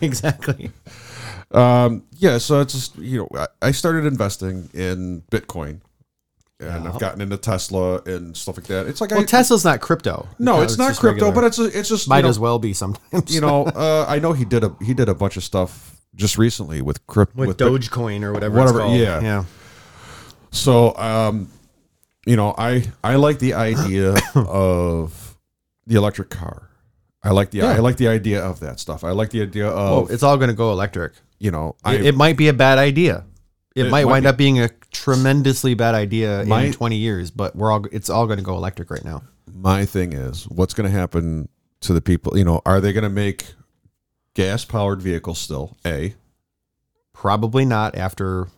Speaker 1: exactly.
Speaker 2: yeah, so it's just you know I I started investing in Bitcoin, and I've gotten into Tesla and stuff like that. It's like I
Speaker 1: Well, Tesla's not crypto.
Speaker 2: no, it's not
Speaker 1: just
Speaker 2: crypto,
Speaker 1: regular.
Speaker 2: but it's a, it's just
Speaker 1: might
Speaker 2: you know,
Speaker 1: as well be sometimes.
Speaker 2: you know uh, I know he did a he did a bunch of stuff just recently with crypto
Speaker 1: with, Dogecoin or whatever.
Speaker 2: Whatever,
Speaker 1: It's called.
Speaker 2: yeah.
Speaker 1: yeah.
Speaker 2: So, um, you know, I I like the idea of the electric car. I like the I like the idea of that stuff. I like the idea
Speaker 1: Oh,
Speaker 2: of
Speaker 1: it's all going to go electric.
Speaker 2: you know I
Speaker 1: It, it might be a bad idea. It,
Speaker 2: It
Speaker 1: might,
Speaker 2: might
Speaker 1: wind
Speaker 2: be-
Speaker 1: up being a tremendously bad idea in
Speaker 2: Might-
Speaker 1: 20 years, but we're all it's all going to go electric right now.
Speaker 2: my thing is what's going to happen to the people. You know, are they going to make gas powered vehicles still? A
Speaker 1: Probably not after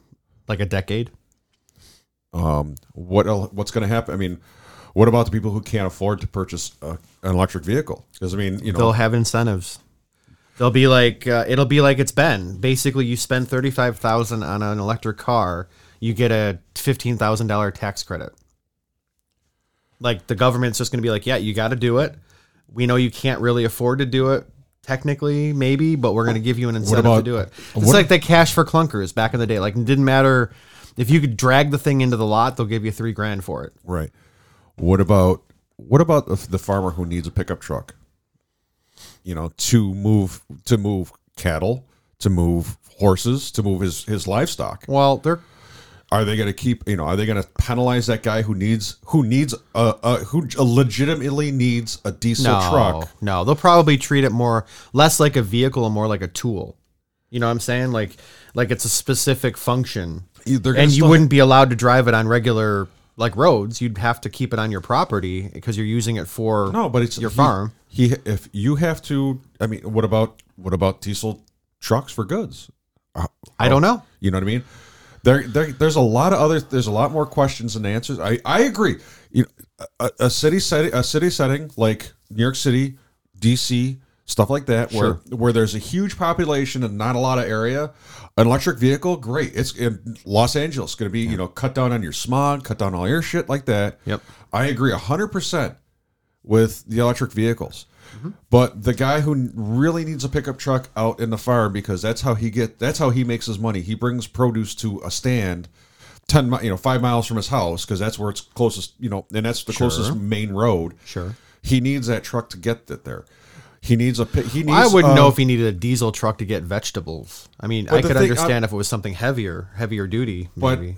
Speaker 1: like a decade.
Speaker 2: um, what el- what's going to happen? I mean, what about the people who can't afford to purchase a, an electric vehicle? Because I mean, you know,
Speaker 1: They'll have incentives. They'll be like uh, it'll be like it's been. Basically, you spend 35,000 on an electric car, you get a $15,000 tax credit. Like the government's just going to be like, "Yeah, you got to do it. We know you can't really afford to do it." Technically, maybe, but we're going to give you an incentive to
Speaker 2: about-
Speaker 1: do it. It's
Speaker 2: what-
Speaker 1: like the cash for clunkers back in the day. Like, it didn't matter if you could drag the thing into the lot, they'll give you three grand for it.
Speaker 2: right? What about what about the the farmer who needs a pickup truck? You know, to move to move cattle, to move horses, to move his his livestock.
Speaker 1: Well, they're
Speaker 2: Are they going to keep? You know, are they going to penalize that guy who needs who needs a, a who legitimately needs a diesel truck?
Speaker 1: No, they'll probably treat it more less like a vehicle and more like a tool. You know what I'm saying? Like like it's a specific function.
Speaker 2: They're gonna
Speaker 1: And you
Speaker 2: still-
Speaker 1: wouldn't be allowed to drive it on regular like roads. You'd have to keep it on your property because you're using it for
Speaker 2: No, but it's
Speaker 1: your
Speaker 2: he-
Speaker 1: farm.
Speaker 2: He if you have to, I mean, what about what about diesel trucks for goods?
Speaker 1: I don't know.
Speaker 2: You know what I mean? There, there, there's a lot of other. There's a lot more questions than answers. I, I agree. You, know, a, a city setting, a city setting like New York City, D.C., stuff like that,
Speaker 1: Sure.
Speaker 2: where where there's a huge population and not a lot of area. An electric vehicle, great. It's in Los Angeles, going to be you know cut down on your smog, cut down all your shit like that.
Speaker 1: Yep.
Speaker 2: I agree hundred percent with the electric vehicles.
Speaker 1: Mm-hmm.
Speaker 2: But the guy who really needs a pickup truck out in the farm because that's how he get that's how he makes his money. He brings produce to a stand ten mi- you know five miles from his house because that's where it's closest you know and that's the closest main road.
Speaker 1: Sure.
Speaker 2: he needs that truck to get it there. He needs a pi- he needs.
Speaker 1: I wouldn't
Speaker 2: uh,
Speaker 1: know if he needed a diesel truck to get vegetables. I mean, I
Speaker 2: the
Speaker 1: could
Speaker 2: thing- uh,
Speaker 1: understand if it was something heavier, heavier duty.
Speaker 2: But
Speaker 1: Maybe.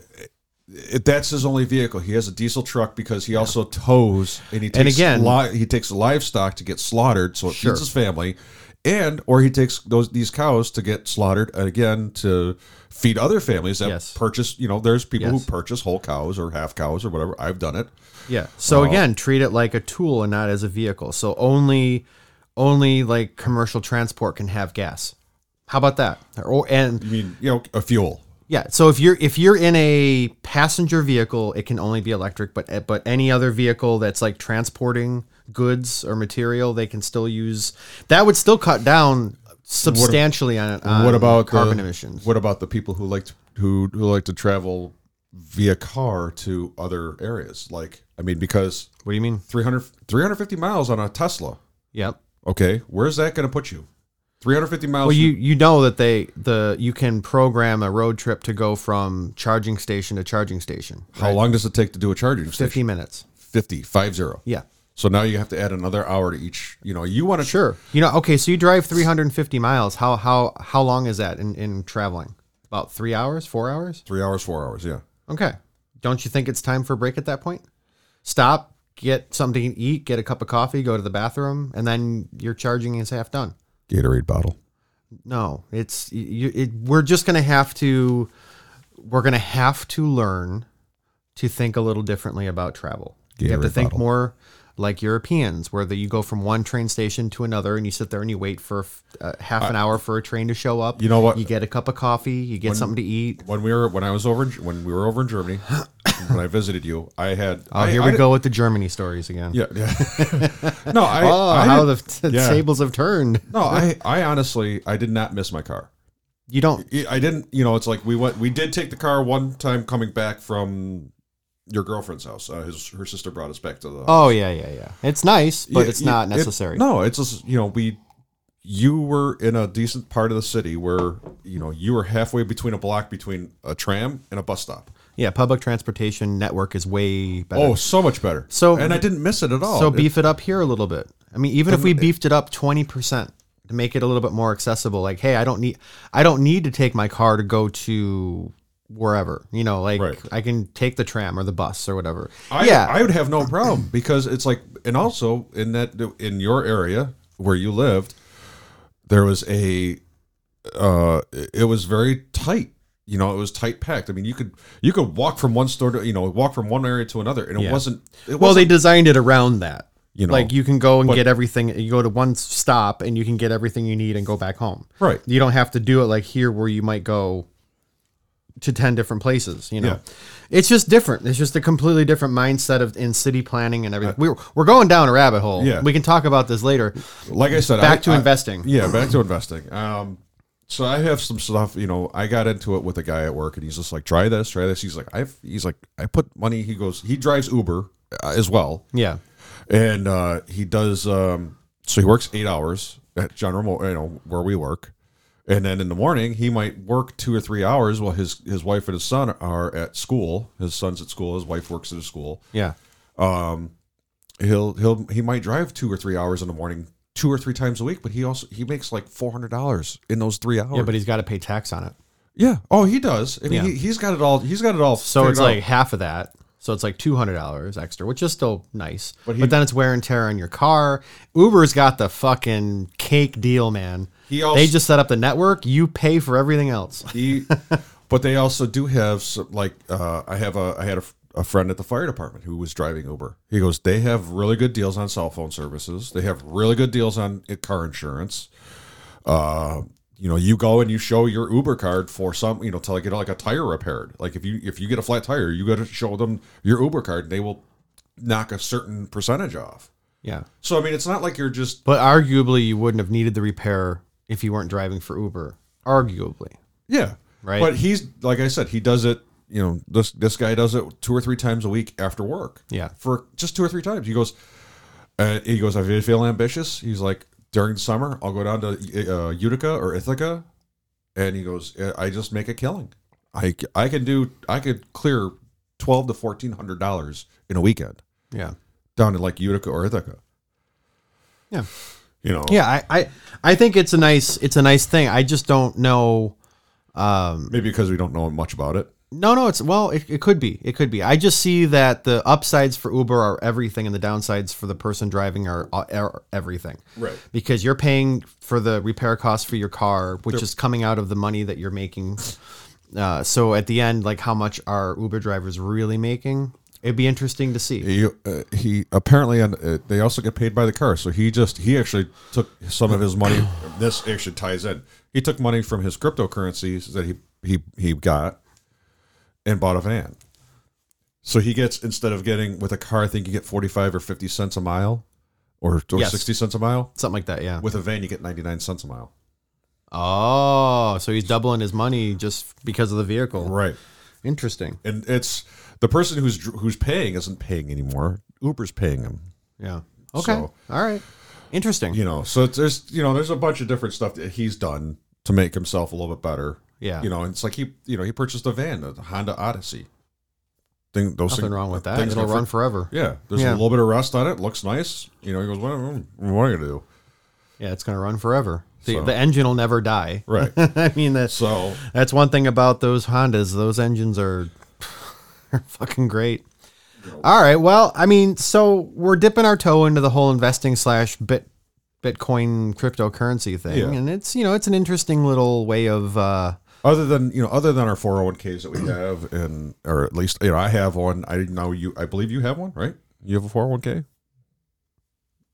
Speaker 2: it- that's his only vehicle. He has a diesel truck because he also tows and he takes
Speaker 1: And again-
Speaker 2: li- he takes livestock to get slaughtered, so it
Speaker 1: Sure.
Speaker 2: feeds his family, and or he takes those these cows to get slaughtered and again to feed other families that
Speaker 1: Yes.
Speaker 2: purchase. You know, there's people
Speaker 1: Yes.
Speaker 2: who purchase whole cows or half cows or whatever. I've done it.
Speaker 1: Yeah. So again, treat it like a tool and not as a vehicle. So only only like commercial transport can have gas. How about that? Or
Speaker 2: I
Speaker 1: and
Speaker 2: mean, you know, a fuel.
Speaker 1: yeah, so if you're if you're in a passenger vehicle, it can only be electric, but but any other vehicle that's like transporting goods or material, they can still use that would still cut down substantially on, on
Speaker 2: what about the-
Speaker 1: Uh, carbon emissions.
Speaker 2: What about the people who like to, who who like to travel via car to other areas? Like, I mean, because
Speaker 1: What do you mean?
Speaker 2: 300, 350 miles on a Tesla.
Speaker 1: Yep.
Speaker 2: Okay, where's that going to put you? 350 miles.
Speaker 1: Well, you you know that they the you can program a road trip to go from charging station to charging station.
Speaker 2: how long does it take to do a charging station?
Speaker 1: Fifteen minutes.
Speaker 2: 50, 50.
Speaker 1: Yeah.
Speaker 2: So now you have to add another hour to each. You know, you want to
Speaker 1: Sure. You know, okay, so you drive 350 miles. How how how long is that in in traveling? About 3 hours, 4 hours?
Speaker 2: three hours, four hours. Yeah.
Speaker 1: Okay. Don't you think it's time for a break at that point? Stop, get something to eat, get a cup of coffee, go to the bathroom, and then your charging is half done.
Speaker 2: Gatorade bottle.
Speaker 1: No, it's y- you, it, we're just going to have to we're going to have to learn to think a little differently about travel. you have to
Speaker 2: Gatorade
Speaker 1: think
Speaker 2: bottle.
Speaker 1: more like Europeans, where the, you go from one train station to another, and you sit there and you wait for f- uh, half an hour for a train to show up.
Speaker 2: You know what?
Speaker 1: You get a cup of coffee. You get something to eat.
Speaker 2: When we were when I was over in- when we were over in Germany, when I visited you, I had.
Speaker 1: Oh, here we go with the Germany stories again.
Speaker 2: Yeah, yeah. no, I.
Speaker 1: Oh,
Speaker 2: I
Speaker 1: how
Speaker 2: did-
Speaker 1: the t-
Speaker 2: yeah.
Speaker 1: tables have turned.
Speaker 2: No, I. I honestly, I did not miss my car.
Speaker 1: You don't.
Speaker 2: I I didn't. You know, it's like we went. We did take the car one time coming back from your girlfriend's house. Uh, his her sister brought us back to the.
Speaker 1: Oh yeah, yeah, yeah. It's nice, but
Speaker 2: Yeah,
Speaker 1: it's not
Speaker 2: it-
Speaker 1: necessary.
Speaker 2: no, it's just you know we. You were in a decent part of the city where you know you were halfway between a block between a tram and a bus stop.
Speaker 1: Yeah, public transportation network is way better.
Speaker 2: Oh, so much better.
Speaker 1: So-
Speaker 2: and I didn't miss it at all.
Speaker 1: So
Speaker 2: It-
Speaker 1: beef it up here a little bit. I mean, even if we
Speaker 2: uh,
Speaker 1: beefed it up twenty percent to make it a little bit more accessible, like, hey, I don't need, I don't need to take my car to go to wherever. You know, like
Speaker 2: Right.
Speaker 1: I can take the tram or the bus or whatever.
Speaker 2: I,
Speaker 1: yeah,
Speaker 2: I would have no problem because it's like, and also in that in your area where you lived, there was a, uh, it was very tight. You know, it was tight packed. I mean, you could you could walk from one store to you know walk from one area to another, and it
Speaker 1: Yeah.
Speaker 2: wasn't. It
Speaker 1: well,
Speaker 2: wasn't,
Speaker 1: they designed it around that.
Speaker 2: You know,
Speaker 1: like you can go and
Speaker 2: but-
Speaker 1: get everything. You go to one stop and you can get everything you need and go back home.
Speaker 2: Right.
Speaker 1: You don't have to do it like here where you might go to 10 different places, you know.
Speaker 2: Yeah.
Speaker 1: It's just different. It's just a completely different mindset of in city planning and everything. we're we're going down a rabbit hole.
Speaker 2: Uh, Yeah.
Speaker 1: We can talk about this later.
Speaker 2: like I said,
Speaker 1: Back
Speaker 2: I-
Speaker 1: to
Speaker 2: I-
Speaker 1: investing.
Speaker 2: Yeah, back to investing. Um, so I have some stuff. You know, I got into it with a guy at work, and he's just like, "Try this, try this." He's like, "I've," he's like, "I put money." He goes, he drives Uber uh, as well.
Speaker 1: Yeah.
Speaker 2: and uh, he does. Um, so he works eight hours at General, Mo- you know, where we work, and then in the morning he might work two or three hours while his his wife and his son are at school. His son's at school. His wife works at a school.
Speaker 1: Yeah.
Speaker 2: He'll he'll he might drive two or three hours in the morning, two or three times a week. But he also he makes like four hundred dollars in those three hours.
Speaker 1: Yeah, but he's got to pay tax on it.
Speaker 2: yeah, oh he does. I mean,
Speaker 1: Yeah.
Speaker 2: he, he's got it all. He's got it all.
Speaker 1: So
Speaker 2: figured
Speaker 1: it's like
Speaker 2: out.
Speaker 1: half of that. So it's like two hundred dollars extra, which is still nice. But,
Speaker 2: he-
Speaker 1: then it's wear and tear on your car. Uber's got the fucking cake deal, man.
Speaker 2: He also-
Speaker 1: they just set up the network. You pay for everything else.
Speaker 2: he, but they also do have some, like uh, I have a I had a, a friend at the fire department who was driving Uber. He goes, they have really good deals on cell phone services. They have really good deals on uh, car insurance. Uh, you know, you go and you show your Uber card for some, you know, till I get like a tire repaired. Like if you if you get a flat tire, you got to show them your Uber card. And they will knock a certain percentage off.
Speaker 1: Yeah,
Speaker 2: So I mean, it's not like you're just
Speaker 1: but arguably you wouldn't have needed the repair if you weren't driving for Uber. Arguably,
Speaker 2: Yeah.
Speaker 1: Right.
Speaker 2: But he's like I said, he does it, you know, this this guy does it two or three times a week after work.
Speaker 1: Yeah.
Speaker 2: For just two or three times. He goes uh, he goes, I really feel ambitious. He's like, during the summer, I'll go down to uh, Utica or Ithaca and he goes, "Uh, I just make a killing. I, c- I can do I could clear twelve to fourteen hundred dollars in a weekend
Speaker 1: yeah,
Speaker 2: down in like Utica or Ithaca.
Speaker 1: yeah,
Speaker 2: You know.
Speaker 1: yeah. I, I, I think it's a nice, it's a nice thing. I just don't know. Um,
Speaker 2: Maybe because we don't know much about it.
Speaker 1: No, no, it's well, it, it could be. It could be. I just see that the upsides for Uber are everything and the downsides for the person driving are, are everything.
Speaker 2: Right.
Speaker 1: Because you're paying for the repair costs for your car, which is coming out of the money that you're making. Uh, so at the end, like how much are Uber drivers really making? It'd be interesting to see.
Speaker 2: he, uh, he apparently and uh, they also get paid by the car so he just he actually took some of his money this actually ties in he took money from his cryptocurrencies that he he he got and bought a van so he gets instead of getting with a car i think you get 45 or 50 cents a mile or, or
Speaker 1: Yes.
Speaker 2: 60 cents a mile
Speaker 1: Something like that, yeah.
Speaker 2: with a van you get 99 cents a mile
Speaker 1: Oh, so he's doubling his money just because of the vehicle.
Speaker 2: right
Speaker 1: Interesting.
Speaker 2: and it's the person who's dr- who's paying isn't paying anymore uber's paying him
Speaker 1: Yeah. Okay.
Speaker 2: So-
Speaker 1: All right. Interesting.
Speaker 2: you know so it's, there's you know there's a bunch of different stuff that he's done to make himself a little bit better
Speaker 1: Yeah.
Speaker 2: you know and it's like he you know he purchased a van a honda odyssey Thing, those
Speaker 1: Nothing
Speaker 2: thing-
Speaker 1: wrong with that.
Speaker 2: things
Speaker 1: It'll
Speaker 2: get
Speaker 1: run
Speaker 2: fr-
Speaker 1: forever.
Speaker 2: yeah there's
Speaker 1: Yeah.
Speaker 2: a little bit of rust on it looks nice you know he goes what, am I- what am i gonna do
Speaker 1: Yeah, it's going to run forever. The,
Speaker 2: So-
Speaker 1: the engine will never die.
Speaker 2: right
Speaker 1: I mean, that's
Speaker 2: so
Speaker 1: that's one thing about those Hondas. Those engines are, are fucking great. All right. Well, I mean, so we're dipping our toe into the whole investing slash bit Bitcoin cryptocurrency thing,
Speaker 2: Yeah.
Speaker 1: and it's you know it's an interesting little way of uh,
Speaker 2: other than you know other than our 401ks that we have and or at least you know i have one i know you i believe you have one right you have a 401k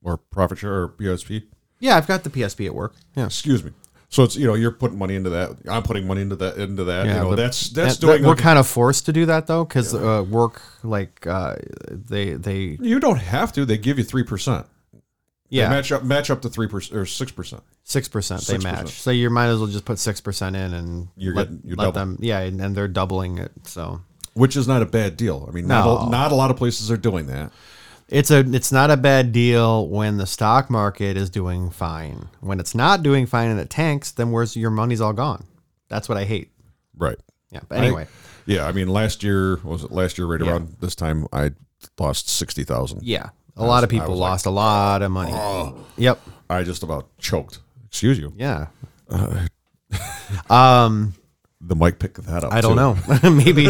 Speaker 2: or profit share or psp
Speaker 1: yeah. I've got the PSP at work. Yeah.
Speaker 2: excuse me. So it's you know you're putting money into that. I'm putting money into that into that.
Speaker 1: Yeah,
Speaker 2: you know
Speaker 1: but
Speaker 2: that's that's
Speaker 1: That- that
Speaker 2: doing.
Speaker 1: we're kind of forced to do that though, because uh, work like uh, they they
Speaker 2: you don't have to. They give you three percent. Yeah,
Speaker 1: yeah
Speaker 2: match up match up to three percent or six percent.
Speaker 1: six percent they
Speaker 2: 6%.
Speaker 1: match. So you might as well just put six percent in and
Speaker 2: You're
Speaker 1: let,
Speaker 2: getting- you're
Speaker 1: let
Speaker 2: double.
Speaker 1: them yeah, and, and they're doubling it. So
Speaker 2: Which is not a bad deal. I mean, not,
Speaker 1: No.
Speaker 2: a, not a lot of places are doing that.
Speaker 1: it's a it's not a bad deal when the stock market is doing fine. When it's not doing fine and it tanks, then where's your money's all gone. That's what I hate.
Speaker 2: Right.
Speaker 1: Yeah. But anyway.
Speaker 2: Yeah. I mean, last year what was it last year right around this time I lost sixty thousand.
Speaker 1: yeah. A lot of people
Speaker 2: was like, "Oh."
Speaker 1: lost a lot of money. Yep.
Speaker 2: I just about choked. Excuse you.
Speaker 1: Yeah.
Speaker 2: The mic picked that up.
Speaker 1: I
Speaker 2: too.
Speaker 1: don't know. Maybe.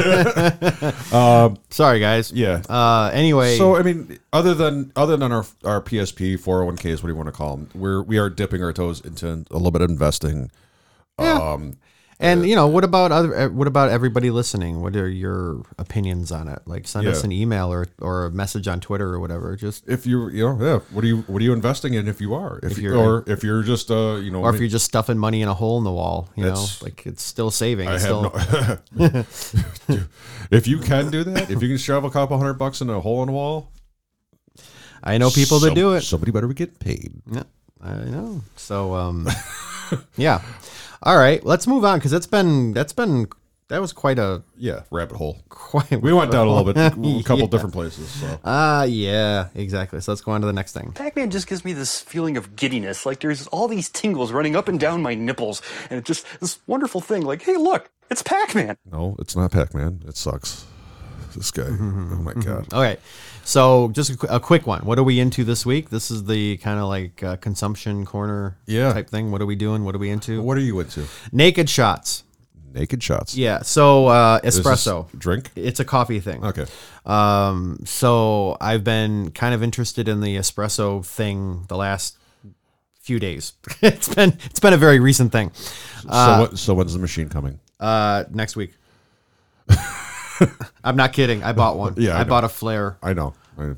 Speaker 1: Sorry guys.
Speaker 2: Uh, Yeah.
Speaker 1: Uh anyway.
Speaker 2: So I mean, other than other than our our PSP 401ks, what do you want to call them? We're we are dipping our toes into a little bit of investing.
Speaker 1: And you know, what about other? uh, What about everybody listening? What are your opinions on it? Like, send us
Speaker 2: Yeah.
Speaker 1: an email or or a message on Twitter or whatever. Just
Speaker 2: If you you know yeah, what are you what are you investing in? If you are, if, you
Speaker 1: you're-
Speaker 2: or if you're just uh you know,
Speaker 1: or if you're just stuffing money in a hole in the wall, you know,
Speaker 2: That's-
Speaker 1: like it's still saving.
Speaker 2: I
Speaker 1: It's
Speaker 2: have
Speaker 1: still,
Speaker 2: no- if you can do that, if you can shove a couple hundred bucks in a hole in a wall,
Speaker 1: I know people that
Speaker 2: some-
Speaker 1: do it.
Speaker 2: Somebody better be getting paid.
Speaker 1: Yeah, I know. So, um, yeah. All right, let's move on because it's been that's been that was quite a
Speaker 2: Yeah, rabbit hole.
Speaker 1: quite.
Speaker 2: We went down a little bit, a couple
Speaker 1: Yeah.
Speaker 2: different places. So.
Speaker 1: Ah, yeah, exactly. So let's go on to the next thing.
Speaker 4: Pac-Man just gives me this feeling of giddiness, like there's all these tingles running up and down my nipples, and it's just this wonderful thing, like, hey, look, it's Pac-Man.
Speaker 2: No, it's not Pac Man. It sucks. This guy. Oh my god.
Speaker 1: All right. So just a, qu- a quick one. What are we into this week? This is the kind of like uh, consumption corner
Speaker 2: Yeah.
Speaker 1: type thing. What are we doing? What are we into?
Speaker 2: What are you into?
Speaker 1: Naked shots.
Speaker 2: Naked shots.
Speaker 1: Yeah. So uh,
Speaker 2: Is this
Speaker 1: espresso.
Speaker 2: drink.
Speaker 1: It's a coffee thing.
Speaker 2: Okay.
Speaker 1: Um, so I've been kind of interested in the espresso thing the last few days. it's been it's been a very recent thing.
Speaker 2: so, what, so when's the machine coming?
Speaker 1: Uh, next week. I'm not kidding. I bought one.
Speaker 2: Yeah, I
Speaker 1: I,
Speaker 2: know.
Speaker 1: bought a flare.
Speaker 2: I know. I,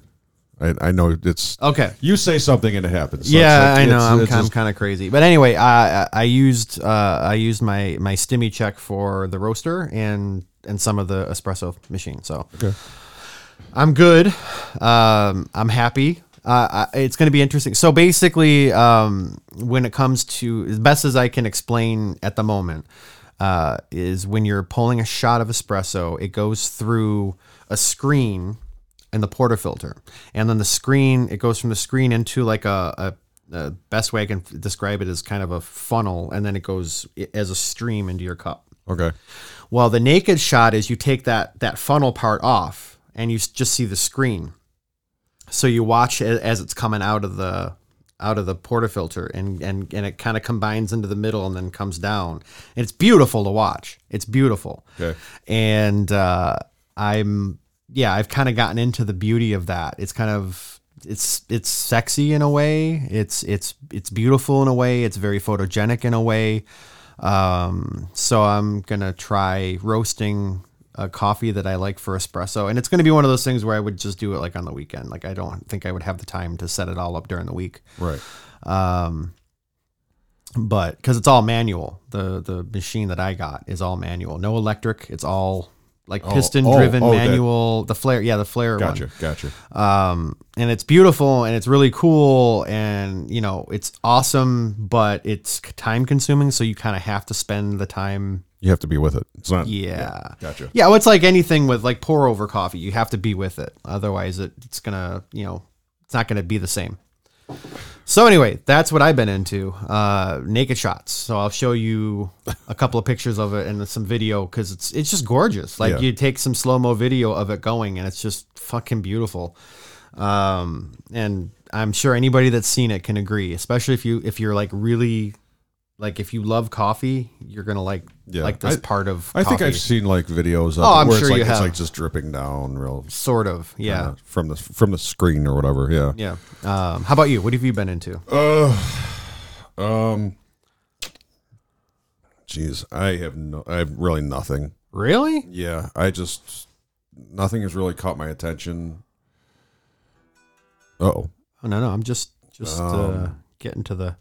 Speaker 2: I, I know it's.
Speaker 1: Okay.
Speaker 2: You say something and it happens. So
Speaker 1: yeah,
Speaker 2: it's like-
Speaker 1: I know.
Speaker 2: it's-
Speaker 1: I'm,
Speaker 2: it's
Speaker 1: kind,
Speaker 2: just-
Speaker 1: kind of crazy, but anyway, I I- I used uh, I used my my stimmy check for the roaster and and some of the espresso machine. So I'm good. Um, I'm happy. Uh, I, it's going to be interesting. So basically, um, when it comes to as best as I can explain at the moment, uh, is when you're pulling a shot of espresso, it goes through a screen and the portafilter, and then the screen it goes from the screen into like a, a, a best way I can describe it is kind of a funnel, and then it goes i- as a stream into your cup.
Speaker 2: Okay.
Speaker 1: Well, the naked shot is you take that that funnel part off and you s- just see the screen. So you watch a- as it's coming out of the out of the portafilter and and and it kind of combines into the middle and then comes down. And it's beautiful to watch. It's beautiful.
Speaker 2: Okay.
Speaker 1: And uh, I'm yeah, I've kind of gotten into the beauty of that. It's kind of it's it's sexy in a way. It's it's it's beautiful in a way. It's very photogenic in a way. Um, so I'm gonna try roasting a coffee that I like for espresso, and it's gonna be one of those things where I would just do it like on the weekend. Like I don't think I would have the time to set it all up during the week, Um,
Speaker 2: Right.
Speaker 1: but because it's all manual, the the machine that I got is all manual, no electric. It's all like piston driven
Speaker 2: oh, that-
Speaker 1: manual. the flare, yeah, the flare. one
Speaker 2: Gotcha. Gotcha.
Speaker 1: um, and it's beautiful and it's really cool and you know it's awesome but it's time consuming so you kind of have to spend the time
Speaker 2: You have to be with it. It's not.
Speaker 1: yeah
Speaker 2: Gotcha.
Speaker 1: yeah well, it's like anything with like pour over coffee you have to be with it otherwise it, it's gonna you know it's not gonna be the same So anyway, that's what I've been into. Uh, naked shots. So I'll show you a couple of pictures of it and some video because it's it's just gorgeous. Like
Speaker 2: Yeah.
Speaker 1: you take some slow mo video of it going and it's just fucking beautiful. Um, and I'm sure anybody that's seen it can agree, especially if you if you're like really like if you love coffee, you're gonna like
Speaker 2: Yeah.
Speaker 1: like this
Speaker 2: I-
Speaker 1: part of
Speaker 2: I think
Speaker 1: coffee,
Speaker 2: I've seen like videos of
Speaker 1: Oh,
Speaker 2: it
Speaker 1: I'm
Speaker 2: where
Speaker 1: sure
Speaker 2: it's like
Speaker 1: you
Speaker 2: it's
Speaker 1: have.
Speaker 2: like just dripping down real
Speaker 1: sort of yeah
Speaker 2: uh, from the from the screen or whatever. Yeah.
Speaker 1: yeah. Um, how about you? What have you been into?
Speaker 2: Um Jeez, I have no I have really nothing.
Speaker 1: Really?
Speaker 2: Yeah, I just nothing has really caught my attention. Oh,
Speaker 1: Oh no no, I'm just just uh,
Speaker 2: Um,
Speaker 1: getting to the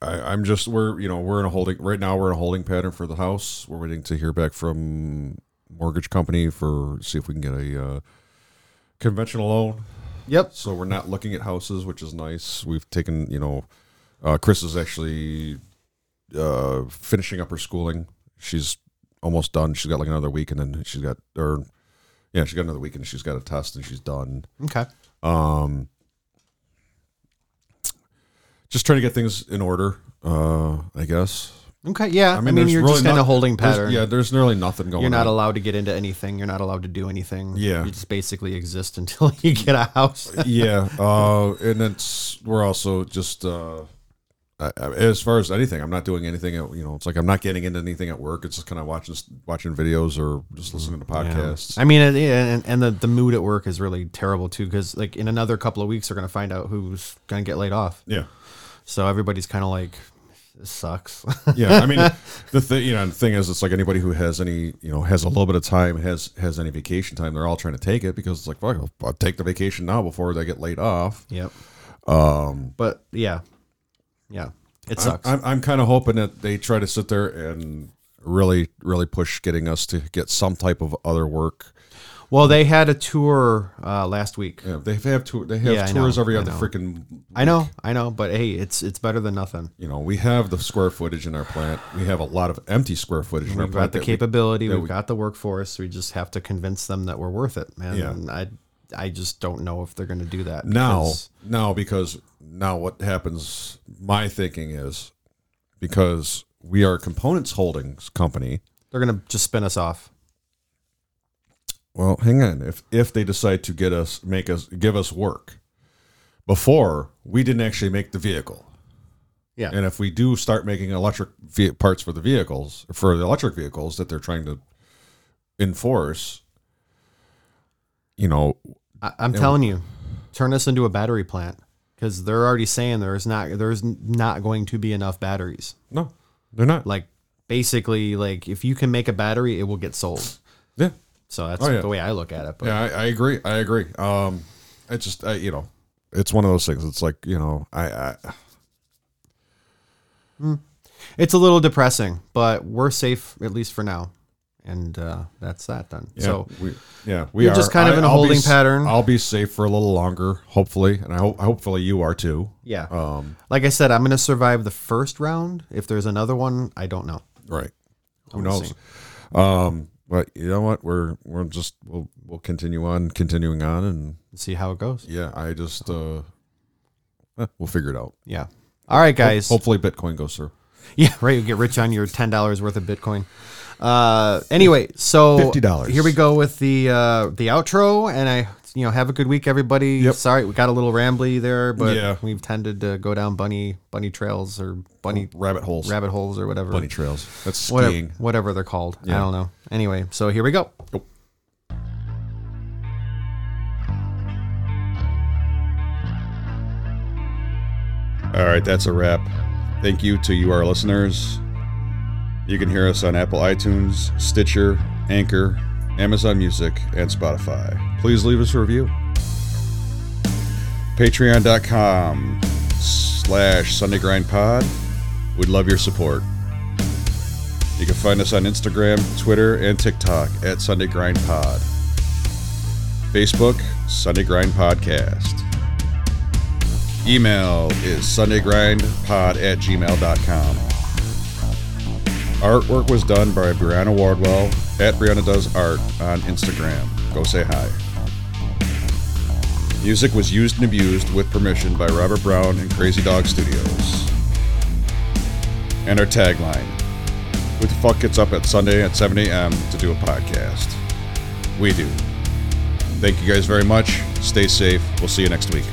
Speaker 2: I, I'm just we're you know we're in a holding right now we're in a holding pattern for the house. We're waiting to hear back from mortgage company for see if we can get a uh, conventional loan.
Speaker 1: Yep.
Speaker 2: So we're not looking at houses, which is nice. We've taken you know uh, Chris is actually uh, finishing up her schooling. She's almost done. She's got like another week, and then she's got or yeah she's got another week, and she's got a test, and she's done.
Speaker 1: Okay.
Speaker 2: Um, just trying to get things in order, uh, I guess.
Speaker 1: Okay, yeah. I mean,
Speaker 2: there's
Speaker 1: you're
Speaker 2: really
Speaker 1: just in a
Speaker 2: noth-
Speaker 1: holding
Speaker 2: there's-
Speaker 1: pattern.
Speaker 2: Yeah, there's really nothing going.
Speaker 1: you're not
Speaker 2: on.
Speaker 1: allowed to get into anything. You're not allowed to do anything.
Speaker 2: Yeah.
Speaker 1: You just basically exist until you get a house.
Speaker 2: yeah, uh, and it's we're also just uh, I, I, as far as anything, I'm not doing anything. At, you know, it's like I'm not getting into anything at work. It's just kind of watching watching videos or just listening to podcasts.
Speaker 1: I mean, it, yeah, and, and the, the mood at work is really terrible too, because like in another couple of weeks, they're going to find out who's going to get laid off.
Speaker 2: Yeah.
Speaker 1: So everybody's kind of like, this sucks.
Speaker 2: yeah i mean the thing you know the thing is it's like anybody who has any you know has a little bit of time has has any vacation time they're all trying to take it because it's like fuck I'll, I'll take the vacation now before they get laid off
Speaker 1: yep. Um. But yeah, yeah, it
Speaker 2: I,
Speaker 1: sucks.
Speaker 2: i'm, I'm kind of hoping that they try to sit there and really really push getting us to get some type of other work
Speaker 1: well, they had a tour uh, last week.
Speaker 2: yeah, they have tour, they have
Speaker 1: Yeah, I
Speaker 2: tours
Speaker 1: know,
Speaker 2: every
Speaker 1: I
Speaker 2: other
Speaker 1: know.
Speaker 2: freaking
Speaker 1: I know, I know, but hey, it's it's better than nothing.
Speaker 2: you know we have the square footage in our plant we have a lot of empty square footage in our
Speaker 1: We've got
Speaker 2: plant
Speaker 1: the
Speaker 2: that we-
Speaker 1: capability.
Speaker 2: that
Speaker 1: We've
Speaker 2: we-
Speaker 1: got the workforce. We just have to convince them that we're worth it, man.
Speaker 2: Yeah.
Speaker 1: And I, I just don't know if they're going to do that
Speaker 2: Now,
Speaker 1: because-
Speaker 2: now because now what happens? My thinking is because we are a components holdings company.
Speaker 1: They're going to just spin us off.
Speaker 2: Well, hang on. If if they decide to get us, make us, give us work, before we didn't actually make the vehicle,
Speaker 1: Yeah.
Speaker 2: and if we do start making electric ve- parts for the vehicles for the electric vehicles that they're trying to enforce, you know,
Speaker 1: I, I'm telling you, turn us into a battery plant because they're already saying there's not there's not going to be enough batteries.
Speaker 2: no, they're not.
Speaker 1: Like basically, like if you can make a battery, it will get sold.
Speaker 2: yeah,
Speaker 1: So that's
Speaker 2: Oh, yeah.
Speaker 1: the way I look at it. But
Speaker 2: Yeah, I, I agree. I agree. Um, it's just I, you know, it's one of those things. It's like you know, I, I
Speaker 1: it's a little depressing, but we're safe at least for now. And uh, that's that then.
Speaker 2: yeah,
Speaker 1: So
Speaker 2: we, yeah, we
Speaker 1: you're
Speaker 2: are
Speaker 1: just kind of
Speaker 2: I-
Speaker 1: in a
Speaker 2: I'll be
Speaker 1: holding
Speaker 2: s-
Speaker 1: pattern.
Speaker 2: I'll be safe for a little longer, hopefully, and I hope hopefully you are too.
Speaker 1: yeah.
Speaker 2: Um,
Speaker 1: Like I said, I'm going to survive the first round. If there's another one, I don't know.
Speaker 2: right. Who
Speaker 1: We'll
Speaker 2: knows?
Speaker 1: see.
Speaker 2: Um, but you know what? We're we're just we'll we'll continue on, continuing on, and
Speaker 1: Let's see how it goes.
Speaker 2: yeah, I just uh, eh, we'll figure it out.
Speaker 1: Yeah. All right, guys.
Speaker 2: Hopefully, Bitcoin goes through.
Speaker 1: Yeah, right. You get rich on your ten dollars worth of Bitcoin. Uh, anyway, so
Speaker 2: $50.
Speaker 1: Here we go with the uh, the outro, and I, you know, have a good week, everybody.
Speaker 2: Yep.
Speaker 1: Sorry, we got a little rambly there, but
Speaker 2: Yeah.
Speaker 1: we've tended to go down bunny bunny trails or bunny
Speaker 2: Rabbit holes,
Speaker 1: rabbit holes or whatever
Speaker 2: bunny trails. That's
Speaker 1: whatever,
Speaker 2: skiing.
Speaker 1: whatever they're called.
Speaker 2: Yeah.
Speaker 1: I don't know. Anyway, so here we go.
Speaker 2: All right, that's a wrap. Thank you to you, our listeners. You can hear us on Apple iTunes, Stitcher, Anchor, Amazon Music, and Spotify. Please leave us a review. Patreon.com slash Sunday Grind Pod. We'd love your support. You can find us on Instagram, Twitter, and TikTok at Sunday Grind Pod. Facebook, Sunday Grind Podcast. Email is sundaygrindpod at gmail.com. Artwork was done by Brianna Wardwell at Brianna Does Art on Instagram. Go say hi. Music was used and abused with permission by Robert Brown and Crazy Dog Studios. And our tagline Who the fuck gets up at Sunday at 7 a.m. to do a podcast? We do. Thank you guys very much. Stay safe. We'll see you next week.